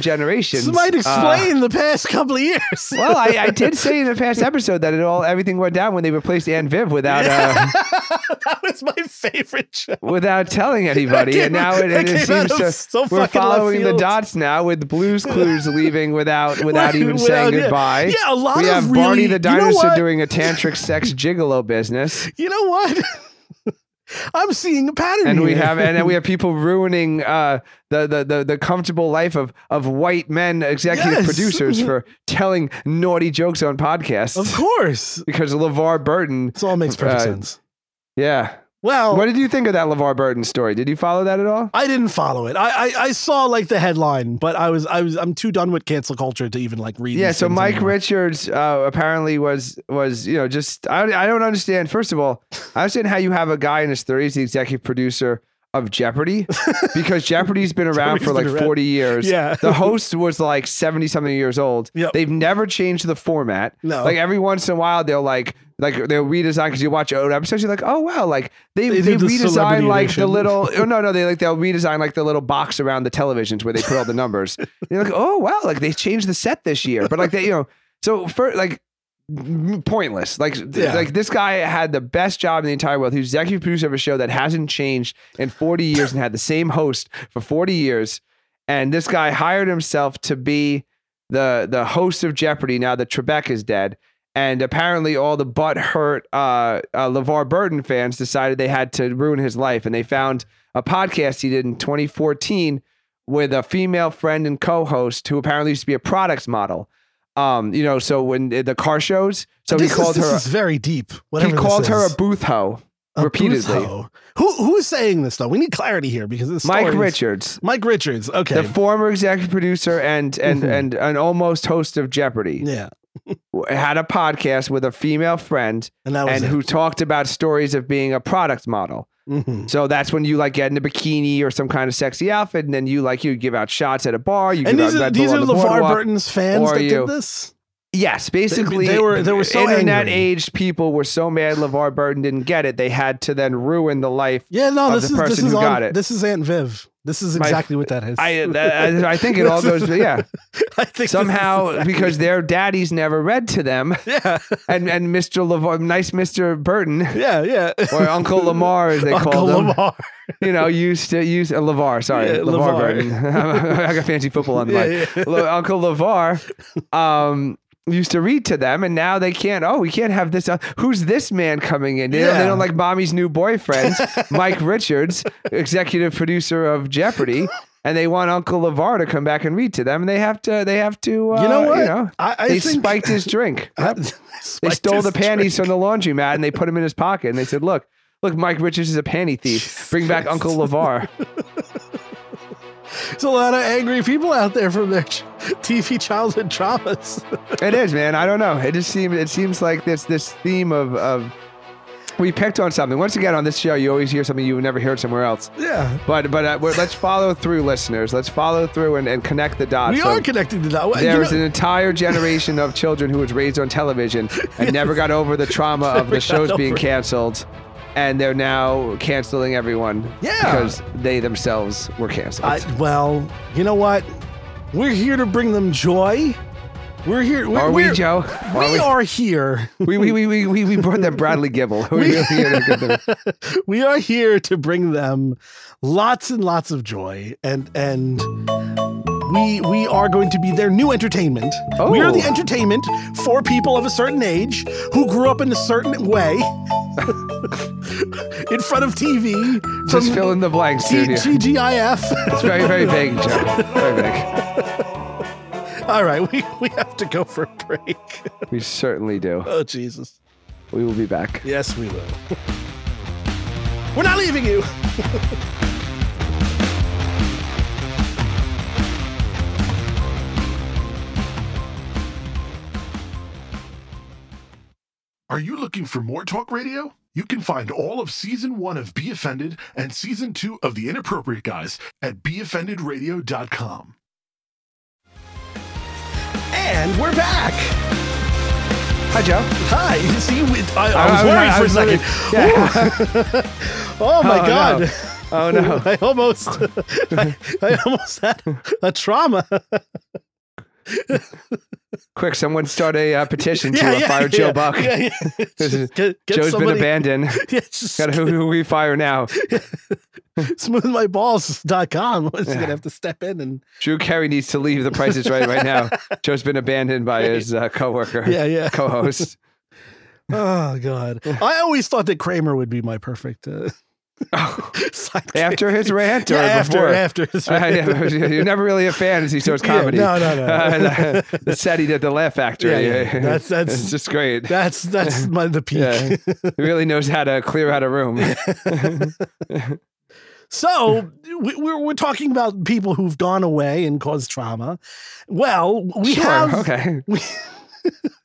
Speaker 2: generations
Speaker 1: this might
Speaker 2: Uh,
Speaker 1: explain the past couple of years.
Speaker 2: well I, I did say in the past episode that it all everything went down when they replaced Ann Viv without uh,
Speaker 1: that was my favorite show.
Speaker 2: without telling anybody.
Speaker 1: That
Speaker 2: and
Speaker 1: came-
Speaker 2: now it,
Speaker 1: that
Speaker 2: it
Speaker 1: came out
Speaker 2: seems
Speaker 1: of
Speaker 2: to
Speaker 1: so
Speaker 2: we're
Speaker 1: fucking left
Speaker 2: following the
Speaker 1: field.
Speaker 2: dots now with Blue's Clues leaving without without even saying
Speaker 1: Without- yeah.
Speaker 2: goodbye.
Speaker 1: Yeah, a lot
Speaker 2: we
Speaker 1: of
Speaker 2: have
Speaker 1: really,
Speaker 2: Barney the
Speaker 1: you know
Speaker 2: dinosaur
Speaker 1: what?
Speaker 2: doing a tantric sex gigolo business,
Speaker 1: You know what? I'm seeing a pattern.
Speaker 2: and we
Speaker 1: here.
Speaker 2: have and then we have people ruining uh, the, the the the comfortable life of of white men executive
Speaker 1: Yes.
Speaker 2: producers for telling naughty jokes on
Speaker 1: of
Speaker 2: podcasts
Speaker 1: course.
Speaker 2: because LeVar Burton.
Speaker 1: This all makes perfect
Speaker 2: Uh,
Speaker 1: sense.
Speaker 2: Yeah,
Speaker 1: Well,
Speaker 2: what did you think of that LeVar Burton story? Did you follow that at all?
Speaker 1: I didn't follow it. I, I I saw like the headline, but I was I was I'm too done with cancel culture to even like read.
Speaker 2: Yeah,
Speaker 1: these
Speaker 2: so
Speaker 1: things
Speaker 2: Mike
Speaker 1: anymore.
Speaker 2: Richards uh, apparently was was you know just I I don't understand. First of all, I understand how you have a guy in his thirties, the executive producer of Jeopardy, because Jeopardy's been around for
Speaker 1: Jeopardy's
Speaker 2: like
Speaker 1: been around.
Speaker 2: forty years.
Speaker 1: Yeah.
Speaker 2: the host was like seventy something years old.
Speaker 1: Yep.
Speaker 2: they've never changed the format.
Speaker 1: No.
Speaker 2: like every once in a while they'll like like they'll redesign because you watch old episodes. You're like, oh wow, like they they,
Speaker 1: They do the
Speaker 2: redesign
Speaker 1: celebrity
Speaker 2: like the
Speaker 1: edition.
Speaker 2: little oh no no they like they'll redesign like the little box around the televisions where they put all the numbers. You're like, oh wow, like they changed the set this year, but like they, you know, so for like m- pointless. Like th-
Speaker 1: Yeah.
Speaker 2: like this guy had the best job in the entire world. He was executive producer of a show that hasn't changed in 40 years and had the same host for 40 years. And this guy hired himself to be the the host of Jeopardy now that Trebek is dead. And apparently, all the butt hurt uh, uh, LeVar Burton fans decided they had to ruin his life, and they found a podcast he did in 2014 with a female friend and co-host who apparently used to be a products model. Um, you know, so when the car shows, so
Speaker 1: this
Speaker 2: he called
Speaker 1: is,
Speaker 2: her.
Speaker 1: This is very deep. Whatever
Speaker 2: he called
Speaker 1: this
Speaker 2: her a
Speaker 1: is.
Speaker 2: booth hoe
Speaker 1: A
Speaker 2: repeatedly.
Speaker 1: bootho. Who who is saying this though? We need clarity here because this
Speaker 2: Mike
Speaker 1: story's-
Speaker 2: Richards,
Speaker 1: Mike Richards. Okay.
Speaker 2: the former executive producer and and
Speaker 1: Mhm.
Speaker 2: and an almost host of Jeopardy,
Speaker 1: yeah.
Speaker 2: had a podcast with a female friend
Speaker 1: And that was
Speaker 2: and
Speaker 1: it.
Speaker 2: who talked about stories of being a product model.
Speaker 1: Mhm.
Speaker 2: So that's when you like get in a bikini or some kind of sexy outfit, and then you like you give out shots at a bar. You
Speaker 1: And
Speaker 2: give
Speaker 1: these
Speaker 2: out
Speaker 1: are
Speaker 2: Red
Speaker 1: these
Speaker 2: Bull
Speaker 1: are
Speaker 2: on the
Speaker 1: LeVar
Speaker 2: boardwalk.
Speaker 1: Burton's fans
Speaker 2: Or
Speaker 1: that
Speaker 2: you.
Speaker 1: did this.
Speaker 2: Yes, basically
Speaker 1: they were- they were so
Speaker 2: internet
Speaker 1: angry.
Speaker 2: age people were so mad LeVar Burton didn't get it. They had to then ruin the life.
Speaker 1: Yeah, no,
Speaker 2: Of
Speaker 1: this
Speaker 2: the
Speaker 1: is this
Speaker 2: person
Speaker 1: is
Speaker 2: who
Speaker 1: on,
Speaker 2: got it.
Speaker 1: this is Aunt Viv. This is
Speaker 2: My-
Speaker 1: exactly what that is.
Speaker 2: I uh, I, I think it all goes yeah
Speaker 1: I think this is
Speaker 2: somehow
Speaker 1: exactly-
Speaker 2: because their daddies never read to them
Speaker 1: yeah,
Speaker 2: and and Mr. LeVar nice Mr. Burton
Speaker 1: yeah, yeah.
Speaker 2: or Uncle Lamar as they
Speaker 1: Uncle
Speaker 2: called him.
Speaker 1: Lamar.
Speaker 2: you know, used to use uh, Levar. Sorry,
Speaker 1: Yeah,
Speaker 2: Levar,
Speaker 1: LeVar.
Speaker 2: Burton. I got fancy football on my
Speaker 1: Yeah, yeah.
Speaker 2: Le- Uncle Levar. Um, used to read to them, and now they can't. Oh, we can't have this. Uh, who's this man coming in? They, don't, they
Speaker 1: Yeah.
Speaker 2: don't like mommy's new boyfriend, Mike Richards, executive producer of Jeopardy. And they want Uncle Levar to come back and read to them, and they have to. They have to. Uh,
Speaker 1: You know what?
Speaker 2: know,
Speaker 1: I, I
Speaker 2: they
Speaker 1: think
Speaker 2: spiked his drink. Yep. They
Speaker 1: Spiked
Speaker 2: stole
Speaker 1: his
Speaker 2: the panties
Speaker 1: drink.
Speaker 2: from the laundromat and they put them in his pocket and they said, "Look, look, Mike Richards is a panty thief. Bring back
Speaker 1: Christ.
Speaker 2: Uncle Levar."
Speaker 1: There's a lot of angry people out there from their ch- TV childhood traumas.
Speaker 2: it is, man. I don't know. It just seems it seems like this this theme of of we picked on something. Once again, on this show, you always hear something you would never hear somewhere else.
Speaker 1: yeah.
Speaker 2: But but uh, we're, let's follow through, listeners. Let's follow through and, and connect the dots.
Speaker 1: We
Speaker 2: of-
Speaker 1: are connecting to that. Well, Uh, you
Speaker 2: There is
Speaker 1: know-
Speaker 2: an entire generation of children who was raised on television and never got over the trauma of the
Speaker 1: Never
Speaker 2: shows
Speaker 1: got
Speaker 2: being
Speaker 1: over it.
Speaker 2: canceled. And they're now canceling everyone.
Speaker 1: Yeah.
Speaker 2: Because they themselves were canceled.
Speaker 1: I, well, you know what? We're here to bring them joy. We're here. We're,
Speaker 2: are we,
Speaker 1: we're-
Speaker 2: Joe? Are
Speaker 1: We are here.
Speaker 2: we, we, we, we, we, we brought them Bradley Gibble. We, really are gonna give them-
Speaker 1: we are here to bring them lots and lots of joy and and we we are going to be their new entertainment. We are the
Speaker 2: Oh.
Speaker 1: entertainment for people of a certain age who grew up in a certain way in front of TV
Speaker 2: just
Speaker 1: from
Speaker 2: fill in the blanks,
Speaker 1: T-
Speaker 2: dude.
Speaker 1: TGIF.
Speaker 2: It's very, very vague, Joe. Very vague.
Speaker 1: All right, we, we have to go for a break.
Speaker 2: We certainly do.
Speaker 1: Oh, Jesus.
Speaker 2: We will be back.
Speaker 1: Yes, we will. We're not leaving you.
Speaker 3: Are you looking for more talk radio? You can find all of season one of Be Offended and season two of The Inappropriate Guys at beoffendedradio.com.
Speaker 1: And we're back.
Speaker 2: Hi, Joe.
Speaker 1: Hi. You see, we, I,
Speaker 2: I-
Speaker 1: I was
Speaker 2: I-
Speaker 1: worried
Speaker 2: I
Speaker 1: for a
Speaker 2: was
Speaker 1: second. Ooh. oh, my
Speaker 2: Oh, no.
Speaker 1: God.
Speaker 2: Oh no.
Speaker 1: I almost, I, I almost had a trauma.
Speaker 2: Quick, someone start a uh, petition to
Speaker 1: Yeah,
Speaker 2: uh,
Speaker 1: yeah,
Speaker 2: fire
Speaker 1: yeah,
Speaker 2: Joe Buck.
Speaker 1: Yeah, yeah.
Speaker 2: This is-
Speaker 1: Just get, get
Speaker 2: Joe's
Speaker 1: somebody,
Speaker 2: been abandoned.
Speaker 1: Yeah, just
Speaker 2: Got who, who we fire now?
Speaker 1: smoothmyballs.com. We're just
Speaker 2: Yeah.
Speaker 1: gonna have to step in and
Speaker 2: Drew Carey needs to leave. The Price is Right right now. Joe's been abandoned by his uh, coworker,
Speaker 1: yeah, yeah.
Speaker 2: co-host.
Speaker 1: Oh God, I always thought that Kramer would be my perfect uh,
Speaker 2: Oh.
Speaker 1: sidekick.
Speaker 2: After his rant or
Speaker 1: yeah, after
Speaker 2: before?
Speaker 1: after his
Speaker 2: Uh, yeah, you're never really a fan as he starts
Speaker 1: Yeah,
Speaker 2: comedy.
Speaker 1: no, no, no.
Speaker 2: Uh, the- the set he did, the Laugh Factory.
Speaker 1: Yeah, yeah. That's- that's-
Speaker 2: it's just great.
Speaker 1: that's that's my the peak.
Speaker 2: Yeah. He really knows how to clear out a room.
Speaker 1: So we, we're we're talking about people who've gone away and caused trauma. Well, we
Speaker 2: sure.
Speaker 1: have.
Speaker 2: okay.
Speaker 1: We,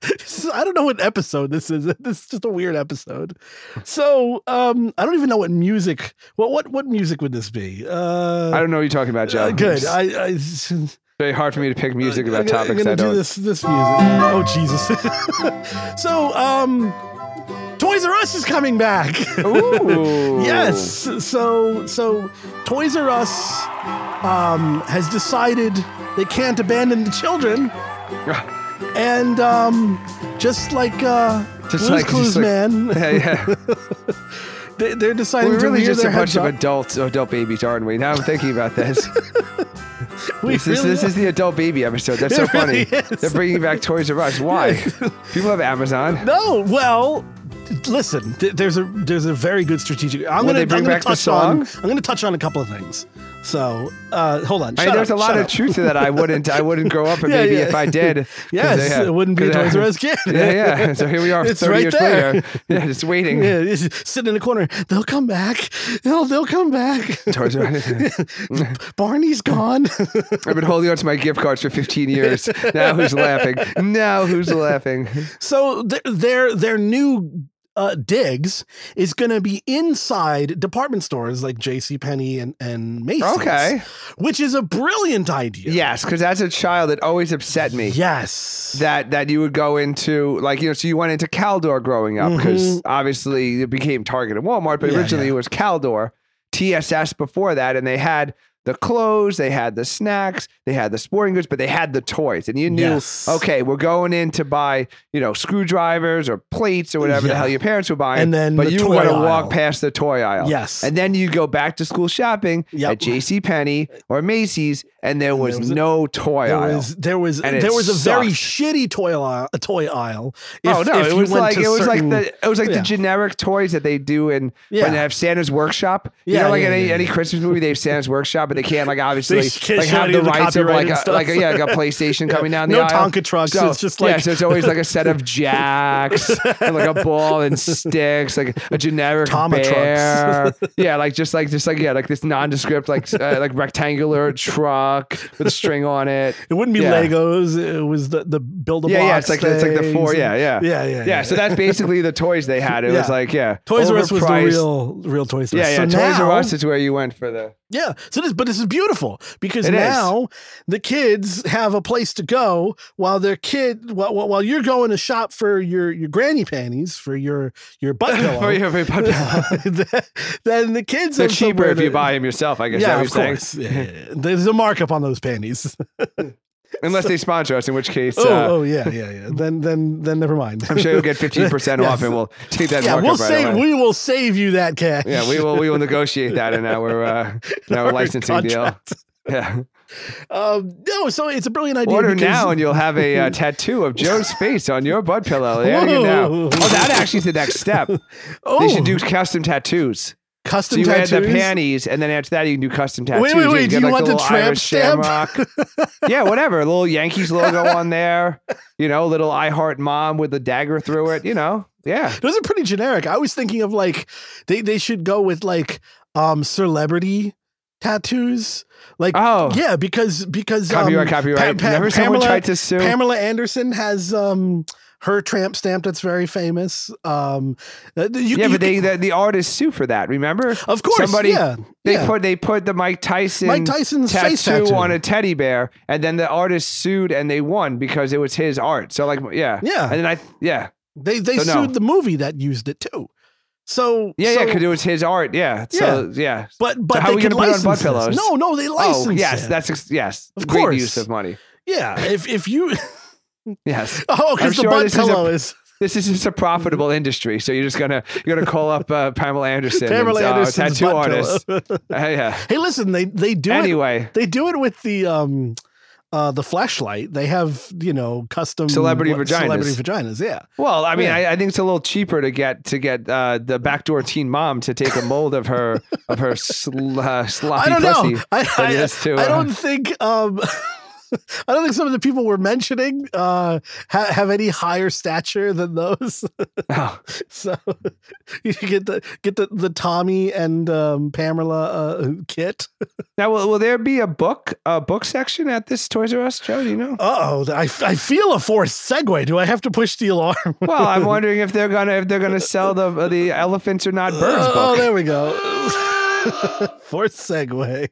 Speaker 1: This is- I don't know what episode this is. This is just a weird episode. So um, I don't even know what music. What what what music would this be? Uh,
Speaker 2: I don't know what you're talking about, Joe.
Speaker 1: uh, good.
Speaker 2: It's
Speaker 1: I, I
Speaker 2: very hard for me to pick music
Speaker 1: I'm
Speaker 2: about
Speaker 1: gonna-
Speaker 2: topics
Speaker 1: I'm gonna
Speaker 2: I
Speaker 1: do
Speaker 2: don't.
Speaker 1: this this music. Oh Jesus! so um, Toys R Us is coming back.
Speaker 2: Ooh.
Speaker 1: yes. So so Toys R Us um, has decided they can't abandon the children and um, just like uh,
Speaker 2: Just
Speaker 1: Blue's
Speaker 2: like-
Speaker 1: Clues
Speaker 2: just like-
Speaker 1: Man,
Speaker 2: Yeah, yeah.
Speaker 1: they, they're deciding
Speaker 2: We're
Speaker 1: to
Speaker 2: really
Speaker 1: rear
Speaker 2: just a
Speaker 1: their
Speaker 2: bunch
Speaker 1: heads
Speaker 2: of
Speaker 1: up.
Speaker 2: adults, adult babies, aren't we? Now I'm thinking about this.
Speaker 1: We
Speaker 2: This is,
Speaker 1: really
Speaker 2: this is the adult baby episode. That's so
Speaker 1: It really
Speaker 2: funny.
Speaker 1: is.
Speaker 2: They're bringing back Toys R Us. Why? People have Amazon.
Speaker 1: No, well, listen. th- There's a there's a very good strategic. I'm gonna
Speaker 2: Will they bring
Speaker 1: I'm gonna
Speaker 2: back the
Speaker 1: touch on.
Speaker 2: song?
Speaker 1: I'm gonna touch on a couple of things. So uh, hold on.
Speaker 2: I
Speaker 1: Shut
Speaker 2: mean, there's
Speaker 1: up,
Speaker 2: a lot
Speaker 1: shut
Speaker 2: of
Speaker 1: up.
Speaker 2: truth to that. I wouldn't. I wouldn't grow up, and
Speaker 1: Yeah,
Speaker 2: maybe
Speaker 1: yeah.
Speaker 2: if I did, 'cause
Speaker 1: Yes,
Speaker 2: they had-
Speaker 1: it wouldn't be a
Speaker 2: 'cause I-
Speaker 1: Toys R Us kid.
Speaker 2: Yeah, yeah. So here we are,
Speaker 1: It's
Speaker 2: thirty
Speaker 1: right
Speaker 2: years
Speaker 1: there.
Speaker 2: later. Yeah, just waiting.
Speaker 1: Yeah, it's- sit in the corner. They'll come back. They'll they'll come back.
Speaker 2: Toys R Us.
Speaker 1: Barney's gone.
Speaker 2: I've been holding on to my gift cards for 15 years. Now who's laughing? Now who's laughing?
Speaker 1: So th- their their new uh, digs is going to be inside department stores like J.C. Penney and and Macy's.
Speaker 2: Okay.
Speaker 1: which is a brilliant idea.
Speaker 2: Yes, because as a child, it always upset me.
Speaker 1: Yes.
Speaker 2: that that you would go into like you know so you went into Caldor growing up because
Speaker 1: Mhm.
Speaker 2: obviously it became Target and Walmart but
Speaker 1: Yeah,
Speaker 2: originally
Speaker 1: yeah.
Speaker 2: it was Caldor TSS before that and they had the clothes they had the snacks they had the sporting goods but they had the toys and you knew
Speaker 1: Yes.
Speaker 2: okay we're going in to buy you know screwdrivers or plates or whatever the
Speaker 1: Yeah.
Speaker 2: hell your parents were buying
Speaker 1: And then
Speaker 2: but
Speaker 1: the
Speaker 2: you
Speaker 1: toy
Speaker 2: want to
Speaker 1: aisle.
Speaker 2: walk past the toy aisle
Speaker 1: Yes.
Speaker 2: and then you go back to school shopping
Speaker 1: Yep.
Speaker 2: at JC Penney or Macy's and there was,
Speaker 1: was a-
Speaker 2: no toy
Speaker 1: there
Speaker 2: aisle
Speaker 1: was there was
Speaker 2: And it
Speaker 1: there was a very
Speaker 2: sucked.
Speaker 1: shitty toy aisle, a toy aisle.
Speaker 2: oh no! it was like it was
Speaker 1: certain-
Speaker 2: like the it was like
Speaker 1: yeah.
Speaker 2: the generic toys that they do in
Speaker 1: Yeah.
Speaker 2: when they have Santa's workshop. you
Speaker 1: Yeah,
Speaker 2: know, like
Speaker 1: yeah,
Speaker 2: in any,
Speaker 1: yeah,
Speaker 2: any
Speaker 1: yeah.
Speaker 2: Christmas movie, they have Santa's workshop, but they can't like obviously
Speaker 1: can't
Speaker 2: like
Speaker 1: show
Speaker 2: have
Speaker 1: any
Speaker 2: the
Speaker 1: of the
Speaker 2: rights of like
Speaker 1: copyrighted
Speaker 2: a,
Speaker 1: stuff.
Speaker 2: like a, yeah like a PlayStation
Speaker 1: Yeah.
Speaker 2: coming down the
Speaker 1: No
Speaker 2: aisle.
Speaker 1: Tonka trucks, it's just
Speaker 2: yeah,
Speaker 1: like-
Speaker 2: so it's always like a set of jacks and like a ball and sticks, like a generic
Speaker 1: Tama trucks.
Speaker 2: bear. yeah, like just like just like yeah, like this nondescript like uh, like rectangular truck with string on it.
Speaker 1: it wouldn't be
Speaker 2: Yeah.
Speaker 1: Legos. It was the the build a
Speaker 2: Yeah,
Speaker 1: box.
Speaker 2: yeah, it's like the- it's like the four.
Speaker 1: things.
Speaker 2: Yeah, yeah,
Speaker 1: yeah, yeah.
Speaker 2: yeah. So that's basically the toys they had. It was
Speaker 1: Yeah.
Speaker 2: like, yeah,
Speaker 1: Toys R Us was the
Speaker 2: overpriced.
Speaker 1: real real Toy Story.
Speaker 2: Yeah, yeah.
Speaker 1: So
Speaker 2: Toys
Speaker 1: now,
Speaker 2: R Us is where you went for the.
Speaker 1: Yeah. So this, but this is beautiful because
Speaker 2: It is.
Speaker 1: now the kids have a place to go while their kid while, while while you're going to shop for your your granny panties for your your butt pillow.
Speaker 2: For your- for your butt pillow.
Speaker 1: then the kids
Speaker 2: They're
Speaker 1: have
Speaker 2: cheaper
Speaker 1: somewhere
Speaker 2: if you
Speaker 1: to-
Speaker 2: buy them yourself. I guess
Speaker 1: Yeah,
Speaker 2: that
Speaker 1: of
Speaker 2: was saying.
Speaker 1: course. Yeah, yeah, yeah. There's a markup on those panties.
Speaker 2: Unless they sponsor us, in which case, uh,
Speaker 1: oh, oh yeah, yeah, yeah. Then then then never mind.
Speaker 2: I'm sure you'll get 15 percent off,
Speaker 1: Yes.
Speaker 2: and we'll take that
Speaker 1: yeah,
Speaker 2: markup
Speaker 1: we'll
Speaker 2: right
Speaker 1: save
Speaker 2: away.
Speaker 1: we will save you that cash.
Speaker 2: yeah, we will. We will negotiate that in our uh, in our
Speaker 1: Our
Speaker 2: licensing
Speaker 1: contract.
Speaker 2: deal. Yeah,
Speaker 1: Um, no, so it's a brilliant idea.
Speaker 2: order
Speaker 1: because-
Speaker 2: now, and you'll have a uh, tattoo of Joe's face on your butt pillow. They're adding it now.
Speaker 1: Whoa.
Speaker 2: Oh, that actually is the next step.
Speaker 1: oh,
Speaker 2: They should do custom tattoos.
Speaker 1: Custom
Speaker 2: So you had
Speaker 1: tattoos.
Speaker 2: the panties, and then after that, you can do custom tattoos.
Speaker 1: wait, wait,
Speaker 2: can
Speaker 1: wait. Do
Speaker 2: get,
Speaker 1: you
Speaker 2: like, a
Speaker 1: want the
Speaker 2: little
Speaker 1: tramp
Speaker 2: Irish
Speaker 1: stamp?
Speaker 2: shamrock. yeah, whatever. A little Yankees logo on there. You know, little I heart mom with a dagger through it. You know, yeah.
Speaker 1: Those are pretty generic. I was thinking of like they they should go with like um celebrity tattoos. Like
Speaker 2: Oh.
Speaker 1: yeah, because because
Speaker 2: Copyright,
Speaker 1: um,
Speaker 2: copyright.
Speaker 1: Pa- Pa-
Speaker 2: Never someone
Speaker 1: Pamela,
Speaker 2: tried to sue.
Speaker 1: Pamela Anderson has um her tramp stamp that's very famous. Um uh, you,
Speaker 2: yeah,
Speaker 1: you
Speaker 2: but they
Speaker 1: can-
Speaker 2: the, the artists sue for that. Remember,
Speaker 1: of course
Speaker 2: somebody-
Speaker 1: yeah,
Speaker 2: they
Speaker 1: yeah.
Speaker 2: put they put the Mike Tyson
Speaker 1: Mike Tyson's face tattoo
Speaker 2: on a teddy bear, and then the artist sued and they won because it was his art. So like, yeah,
Speaker 1: Yeah.
Speaker 2: and then I yeah
Speaker 1: They they
Speaker 2: So, no.
Speaker 1: sued the movie that used it too. So
Speaker 2: yeah yeah
Speaker 1: so,
Speaker 2: because it was his art. Yeah, so yeah.
Speaker 1: but but
Speaker 2: how
Speaker 1: they
Speaker 2: are we
Speaker 1: can
Speaker 2: gonna put it on
Speaker 1: license
Speaker 2: butt
Speaker 1: this.
Speaker 2: pillows?
Speaker 1: No, no, they license.
Speaker 2: oh yes,
Speaker 1: it.
Speaker 2: that's ex- yes,
Speaker 1: Of
Speaker 2: great
Speaker 1: course.
Speaker 2: use of money.
Speaker 1: yeah. If if you
Speaker 2: Yes,
Speaker 1: oh,
Speaker 2: I'm
Speaker 1: because the
Speaker 2: sure
Speaker 1: butt
Speaker 2: this is a-
Speaker 1: pillow is
Speaker 2: this is just a profitable industry. So you're just gonna you're gonna call up uh, Pamela Anderson,
Speaker 1: Pamela
Speaker 2: and, uh,
Speaker 1: Anderson's
Speaker 2: tattoo
Speaker 1: butt
Speaker 2: artist.
Speaker 1: pillow.
Speaker 2: Uh, yeah.
Speaker 1: hey, listen, they they do it.
Speaker 2: Anyway,
Speaker 1: They do it with the um, uh, the flashlight. They have you know custom
Speaker 2: Celebrity
Speaker 1: what-
Speaker 2: vaginas.
Speaker 1: Celebrity vaginas, yeah.
Speaker 2: well, I mean,
Speaker 1: Yeah.
Speaker 2: I, I think it's a little cheaper to get to get uh, the backdoor teen mom to take a mold of her of her sl- uh, sloppy
Speaker 1: I don't
Speaker 2: pussy.
Speaker 1: know. I,
Speaker 2: than it
Speaker 1: I,
Speaker 2: is to,
Speaker 1: I
Speaker 2: uh,
Speaker 1: don't think um, I don't think some of the people we're mentioning uh, ha- have any higher stature than those.
Speaker 2: Oh,
Speaker 1: So you get the get the, the Tommy and um, Pamela uh, kit.
Speaker 2: Now, will, will there be a book a book section at this Toys R Us, Joe? Do you know?
Speaker 1: Uh oh, I, I feel a forced segue. Do I have to push the alarm?
Speaker 2: Well, I'm wondering if they're gonna if they're gonna sell the the elephants are not birds
Speaker 1: oh, oh,
Speaker 2: book.
Speaker 1: there we go. forced segue.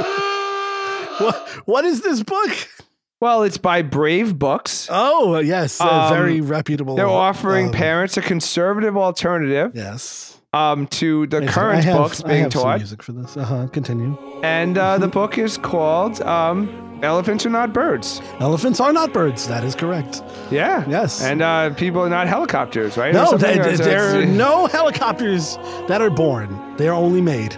Speaker 1: what what is this book?
Speaker 2: Well, it's by Brave Books.
Speaker 1: Oh yes, a
Speaker 2: Um,
Speaker 1: very reputable.
Speaker 2: They're offering
Speaker 1: um,
Speaker 2: parents a conservative alternative
Speaker 1: Yes.
Speaker 2: um, to the
Speaker 1: Wait, so I
Speaker 2: current
Speaker 1: have-
Speaker 2: books
Speaker 1: I
Speaker 2: being
Speaker 1: have some
Speaker 2: taught,
Speaker 1: music Mm-hmm. for this. Uh huh. Continue.
Speaker 2: and uh, the book is called um, "Elephants Are Not Birds."
Speaker 1: Elephants are not birds. That is correct.
Speaker 2: Yeah.
Speaker 1: Yes.
Speaker 2: And uh, people are not helicopters, right? Or
Speaker 1: No,
Speaker 2: something,
Speaker 1: th-
Speaker 2: or
Speaker 1: th-
Speaker 2: it's-
Speaker 1: there are
Speaker 2: it's-
Speaker 1: no helicopters that are born. They are only made.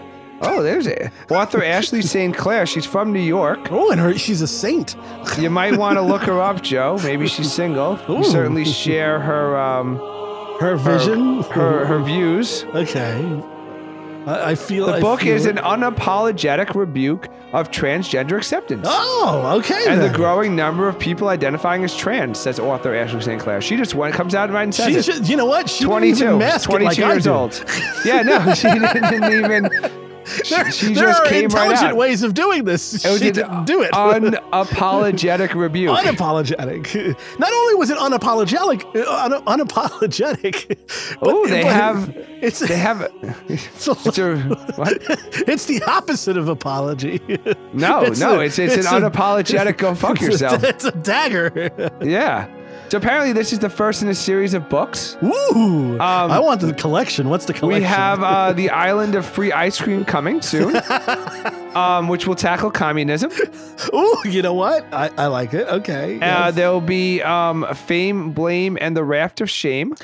Speaker 2: Oh, there's it. Author Ashley St. Clair. She's from New York.
Speaker 1: Oh, and her, she's a saint.
Speaker 2: You might want to look her up, Joe. Maybe she's single. You
Speaker 1: Ooh.
Speaker 2: certainly share her um,
Speaker 1: Her
Speaker 2: her-
Speaker 1: vision.
Speaker 2: her, her views.
Speaker 1: Okay. I, I feel
Speaker 2: The
Speaker 1: I
Speaker 2: book
Speaker 1: feel
Speaker 2: is
Speaker 1: it.
Speaker 2: an unapologetic rebuke of transgender acceptance.
Speaker 1: Oh, okay.
Speaker 2: And the
Speaker 1: then.
Speaker 2: growing number of people identifying as trans, says author Ashley St. Clair. She just went, comes out right and says
Speaker 1: She
Speaker 2: it.
Speaker 1: should, you know what? She
Speaker 2: 22,
Speaker 1: didn't even mask
Speaker 2: 22
Speaker 1: it like I
Speaker 2: years
Speaker 1: do.
Speaker 2: old. yeah, no, she didn't even. She, she
Speaker 1: there
Speaker 2: just
Speaker 1: are
Speaker 2: came right
Speaker 1: intelligent
Speaker 2: out.
Speaker 1: ways of doing this.
Speaker 2: It was
Speaker 1: she
Speaker 2: an
Speaker 1: didn't do it.
Speaker 2: Unapologetic rebuke.
Speaker 1: unapologetic. Not only was it unapologetic, uh, un- unapologetic. but-
Speaker 2: Oh, they
Speaker 1: but
Speaker 2: have-
Speaker 1: It's
Speaker 2: they have. a-
Speaker 1: it's, a-
Speaker 2: It's a, what?
Speaker 1: it's the opposite of apology.
Speaker 2: No,
Speaker 1: It's
Speaker 2: no,
Speaker 1: a-
Speaker 2: it's it's,
Speaker 1: it's
Speaker 2: an
Speaker 1: a-
Speaker 2: unapologetic go fuck
Speaker 1: It's a-
Speaker 2: yourself.
Speaker 1: it's a dagger.
Speaker 2: yeah. So apparently, this is the first in a series of books.
Speaker 1: Ooh, I want the collection. What's the collection?
Speaker 2: Um, We have uh, the Island of Free Ice Cream coming soon, um, which will tackle communism.
Speaker 1: Ooh, you know what? I, I like it. Okay.
Speaker 2: Uh,
Speaker 1: yes.
Speaker 2: there will be um, Fame, Blame, and the Raft of Shame,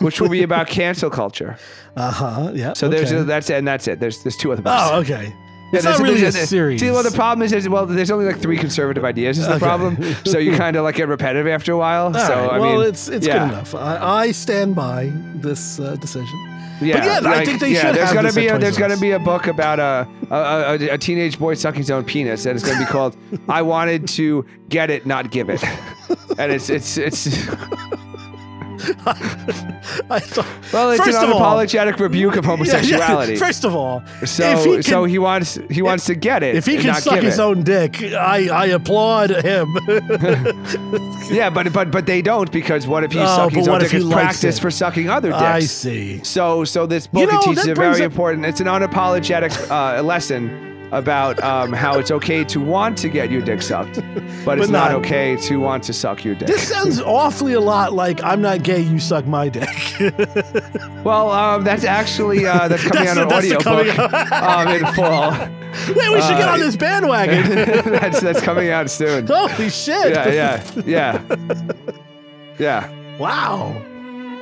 Speaker 2: which will be about cancel culture.
Speaker 1: uh-huh. Yeah.
Speaker 2: So there's
Speaker 1: okay.
Speaker 2: a, that's and that's it. There's there's two other books.
Speaker 1: Oh, okay.
Speaker 2: Yeah,
Speaker 1: It's not
Speaker 2: there's-
Speaker 1: really a
Speaker 2: there's- there's-
Speaker 1: series.
Speaker 2: See, well, the problem is, is well, there's only like three conservative ideas is the
Speaker 1: Okay.
Speaker 2: problem. So you kind of like get repetitive after a while.
Speaker 1: All
Speaker 2: so
Speaker 1: right,
Speaker 2: I
Speaker 1: well,
Speaker 2: mean,
Speaker 1: it's it's
Speaker 2: yeah.
Speaker 1: good enough. I, I stand by this uh, decision.
Speaker 2: Yeah,
Speaker 1: yeah, I think they
Speaker 2: yeah,
Speaker 1: should
Speaker 2: There's
Speaker 1: have
Speaker 2: gonna
Speaker 1: this
Speaker 2: be
Speaker 1: at
Speaker 2: a, there's
Speaker 1: Toys R Us.
Speaker 2: gonna be a book about a a, a a teenage boy sucking his own penis, and it's gonna be called "I Wanted to Get It, Not Give It," and it's it's it's
Speaker 1: I thought,
Speaker 2: well, it's
Speaker 1: first
Speaker 2: an
Speaker 1: of all,
Speaker 2: apologetic rebuke of homosexuality.
Speaker 1: Yeah, yeah. First of all,
Speaker 2: so
Speaker 1: if he can,
Speaker 2: so he wants he wants to get it.
Speaker 1: if he
Speaker 2: and
Speaker 1: can
Speaker 2: not
Speaker 1: suck
Speaker 2: give
Speaker 1: his
Speaker 2: it.
Speaker 1: own dick, I, I applaud him.
Speaker 2: yeah, but but but they don't because what if he
Speaker 1: Oh,
Speaker 2: sucks
Speaker 1: but
Speaker 2: his own
Speaker 1: what if he
Speaker 2: dick as
Speaker 1: likes
Speaker 2: practice
Speaker 1: it?
Speaker 2: for sucking other dicks?
Speaker 1: I see.
Speaker 2: So, so this book it
Speaker 1: know,
Speaker 2: teaches
Speaker 1: that
Speaker 2: a
Speaker 1: brings
Speaker 2: very
Speaker 1: up-
Speaker 2: important. It's an unapologetic uh, lesson about um, how it's okay to want to get your dick sucked, but, it's
Speaker 1: not-
Speaker 2: not, okay to want to suck your dick.
Speaker 1: This sounds awfully a lot like I'm not gay, you suck my dick.
Speaker 2: well, um, that's actually uh, that's coming
Speaker 1: That's
Speaker 2: out on
Speaker 1: the-
Speaker 2: audio
Speaker 1: that's the
Speaker 2: book um, in fall.
Speaker 1: Wait, we should get
Speaker 2: Uh,
Speaker 1: on this bandwagon.
Speaker 2: that's that's coming out soon.
Speaker 1: Holy shit.
Speaker 2: Yeah, yeah, yeah, yeah.
Speaker 1: Wow.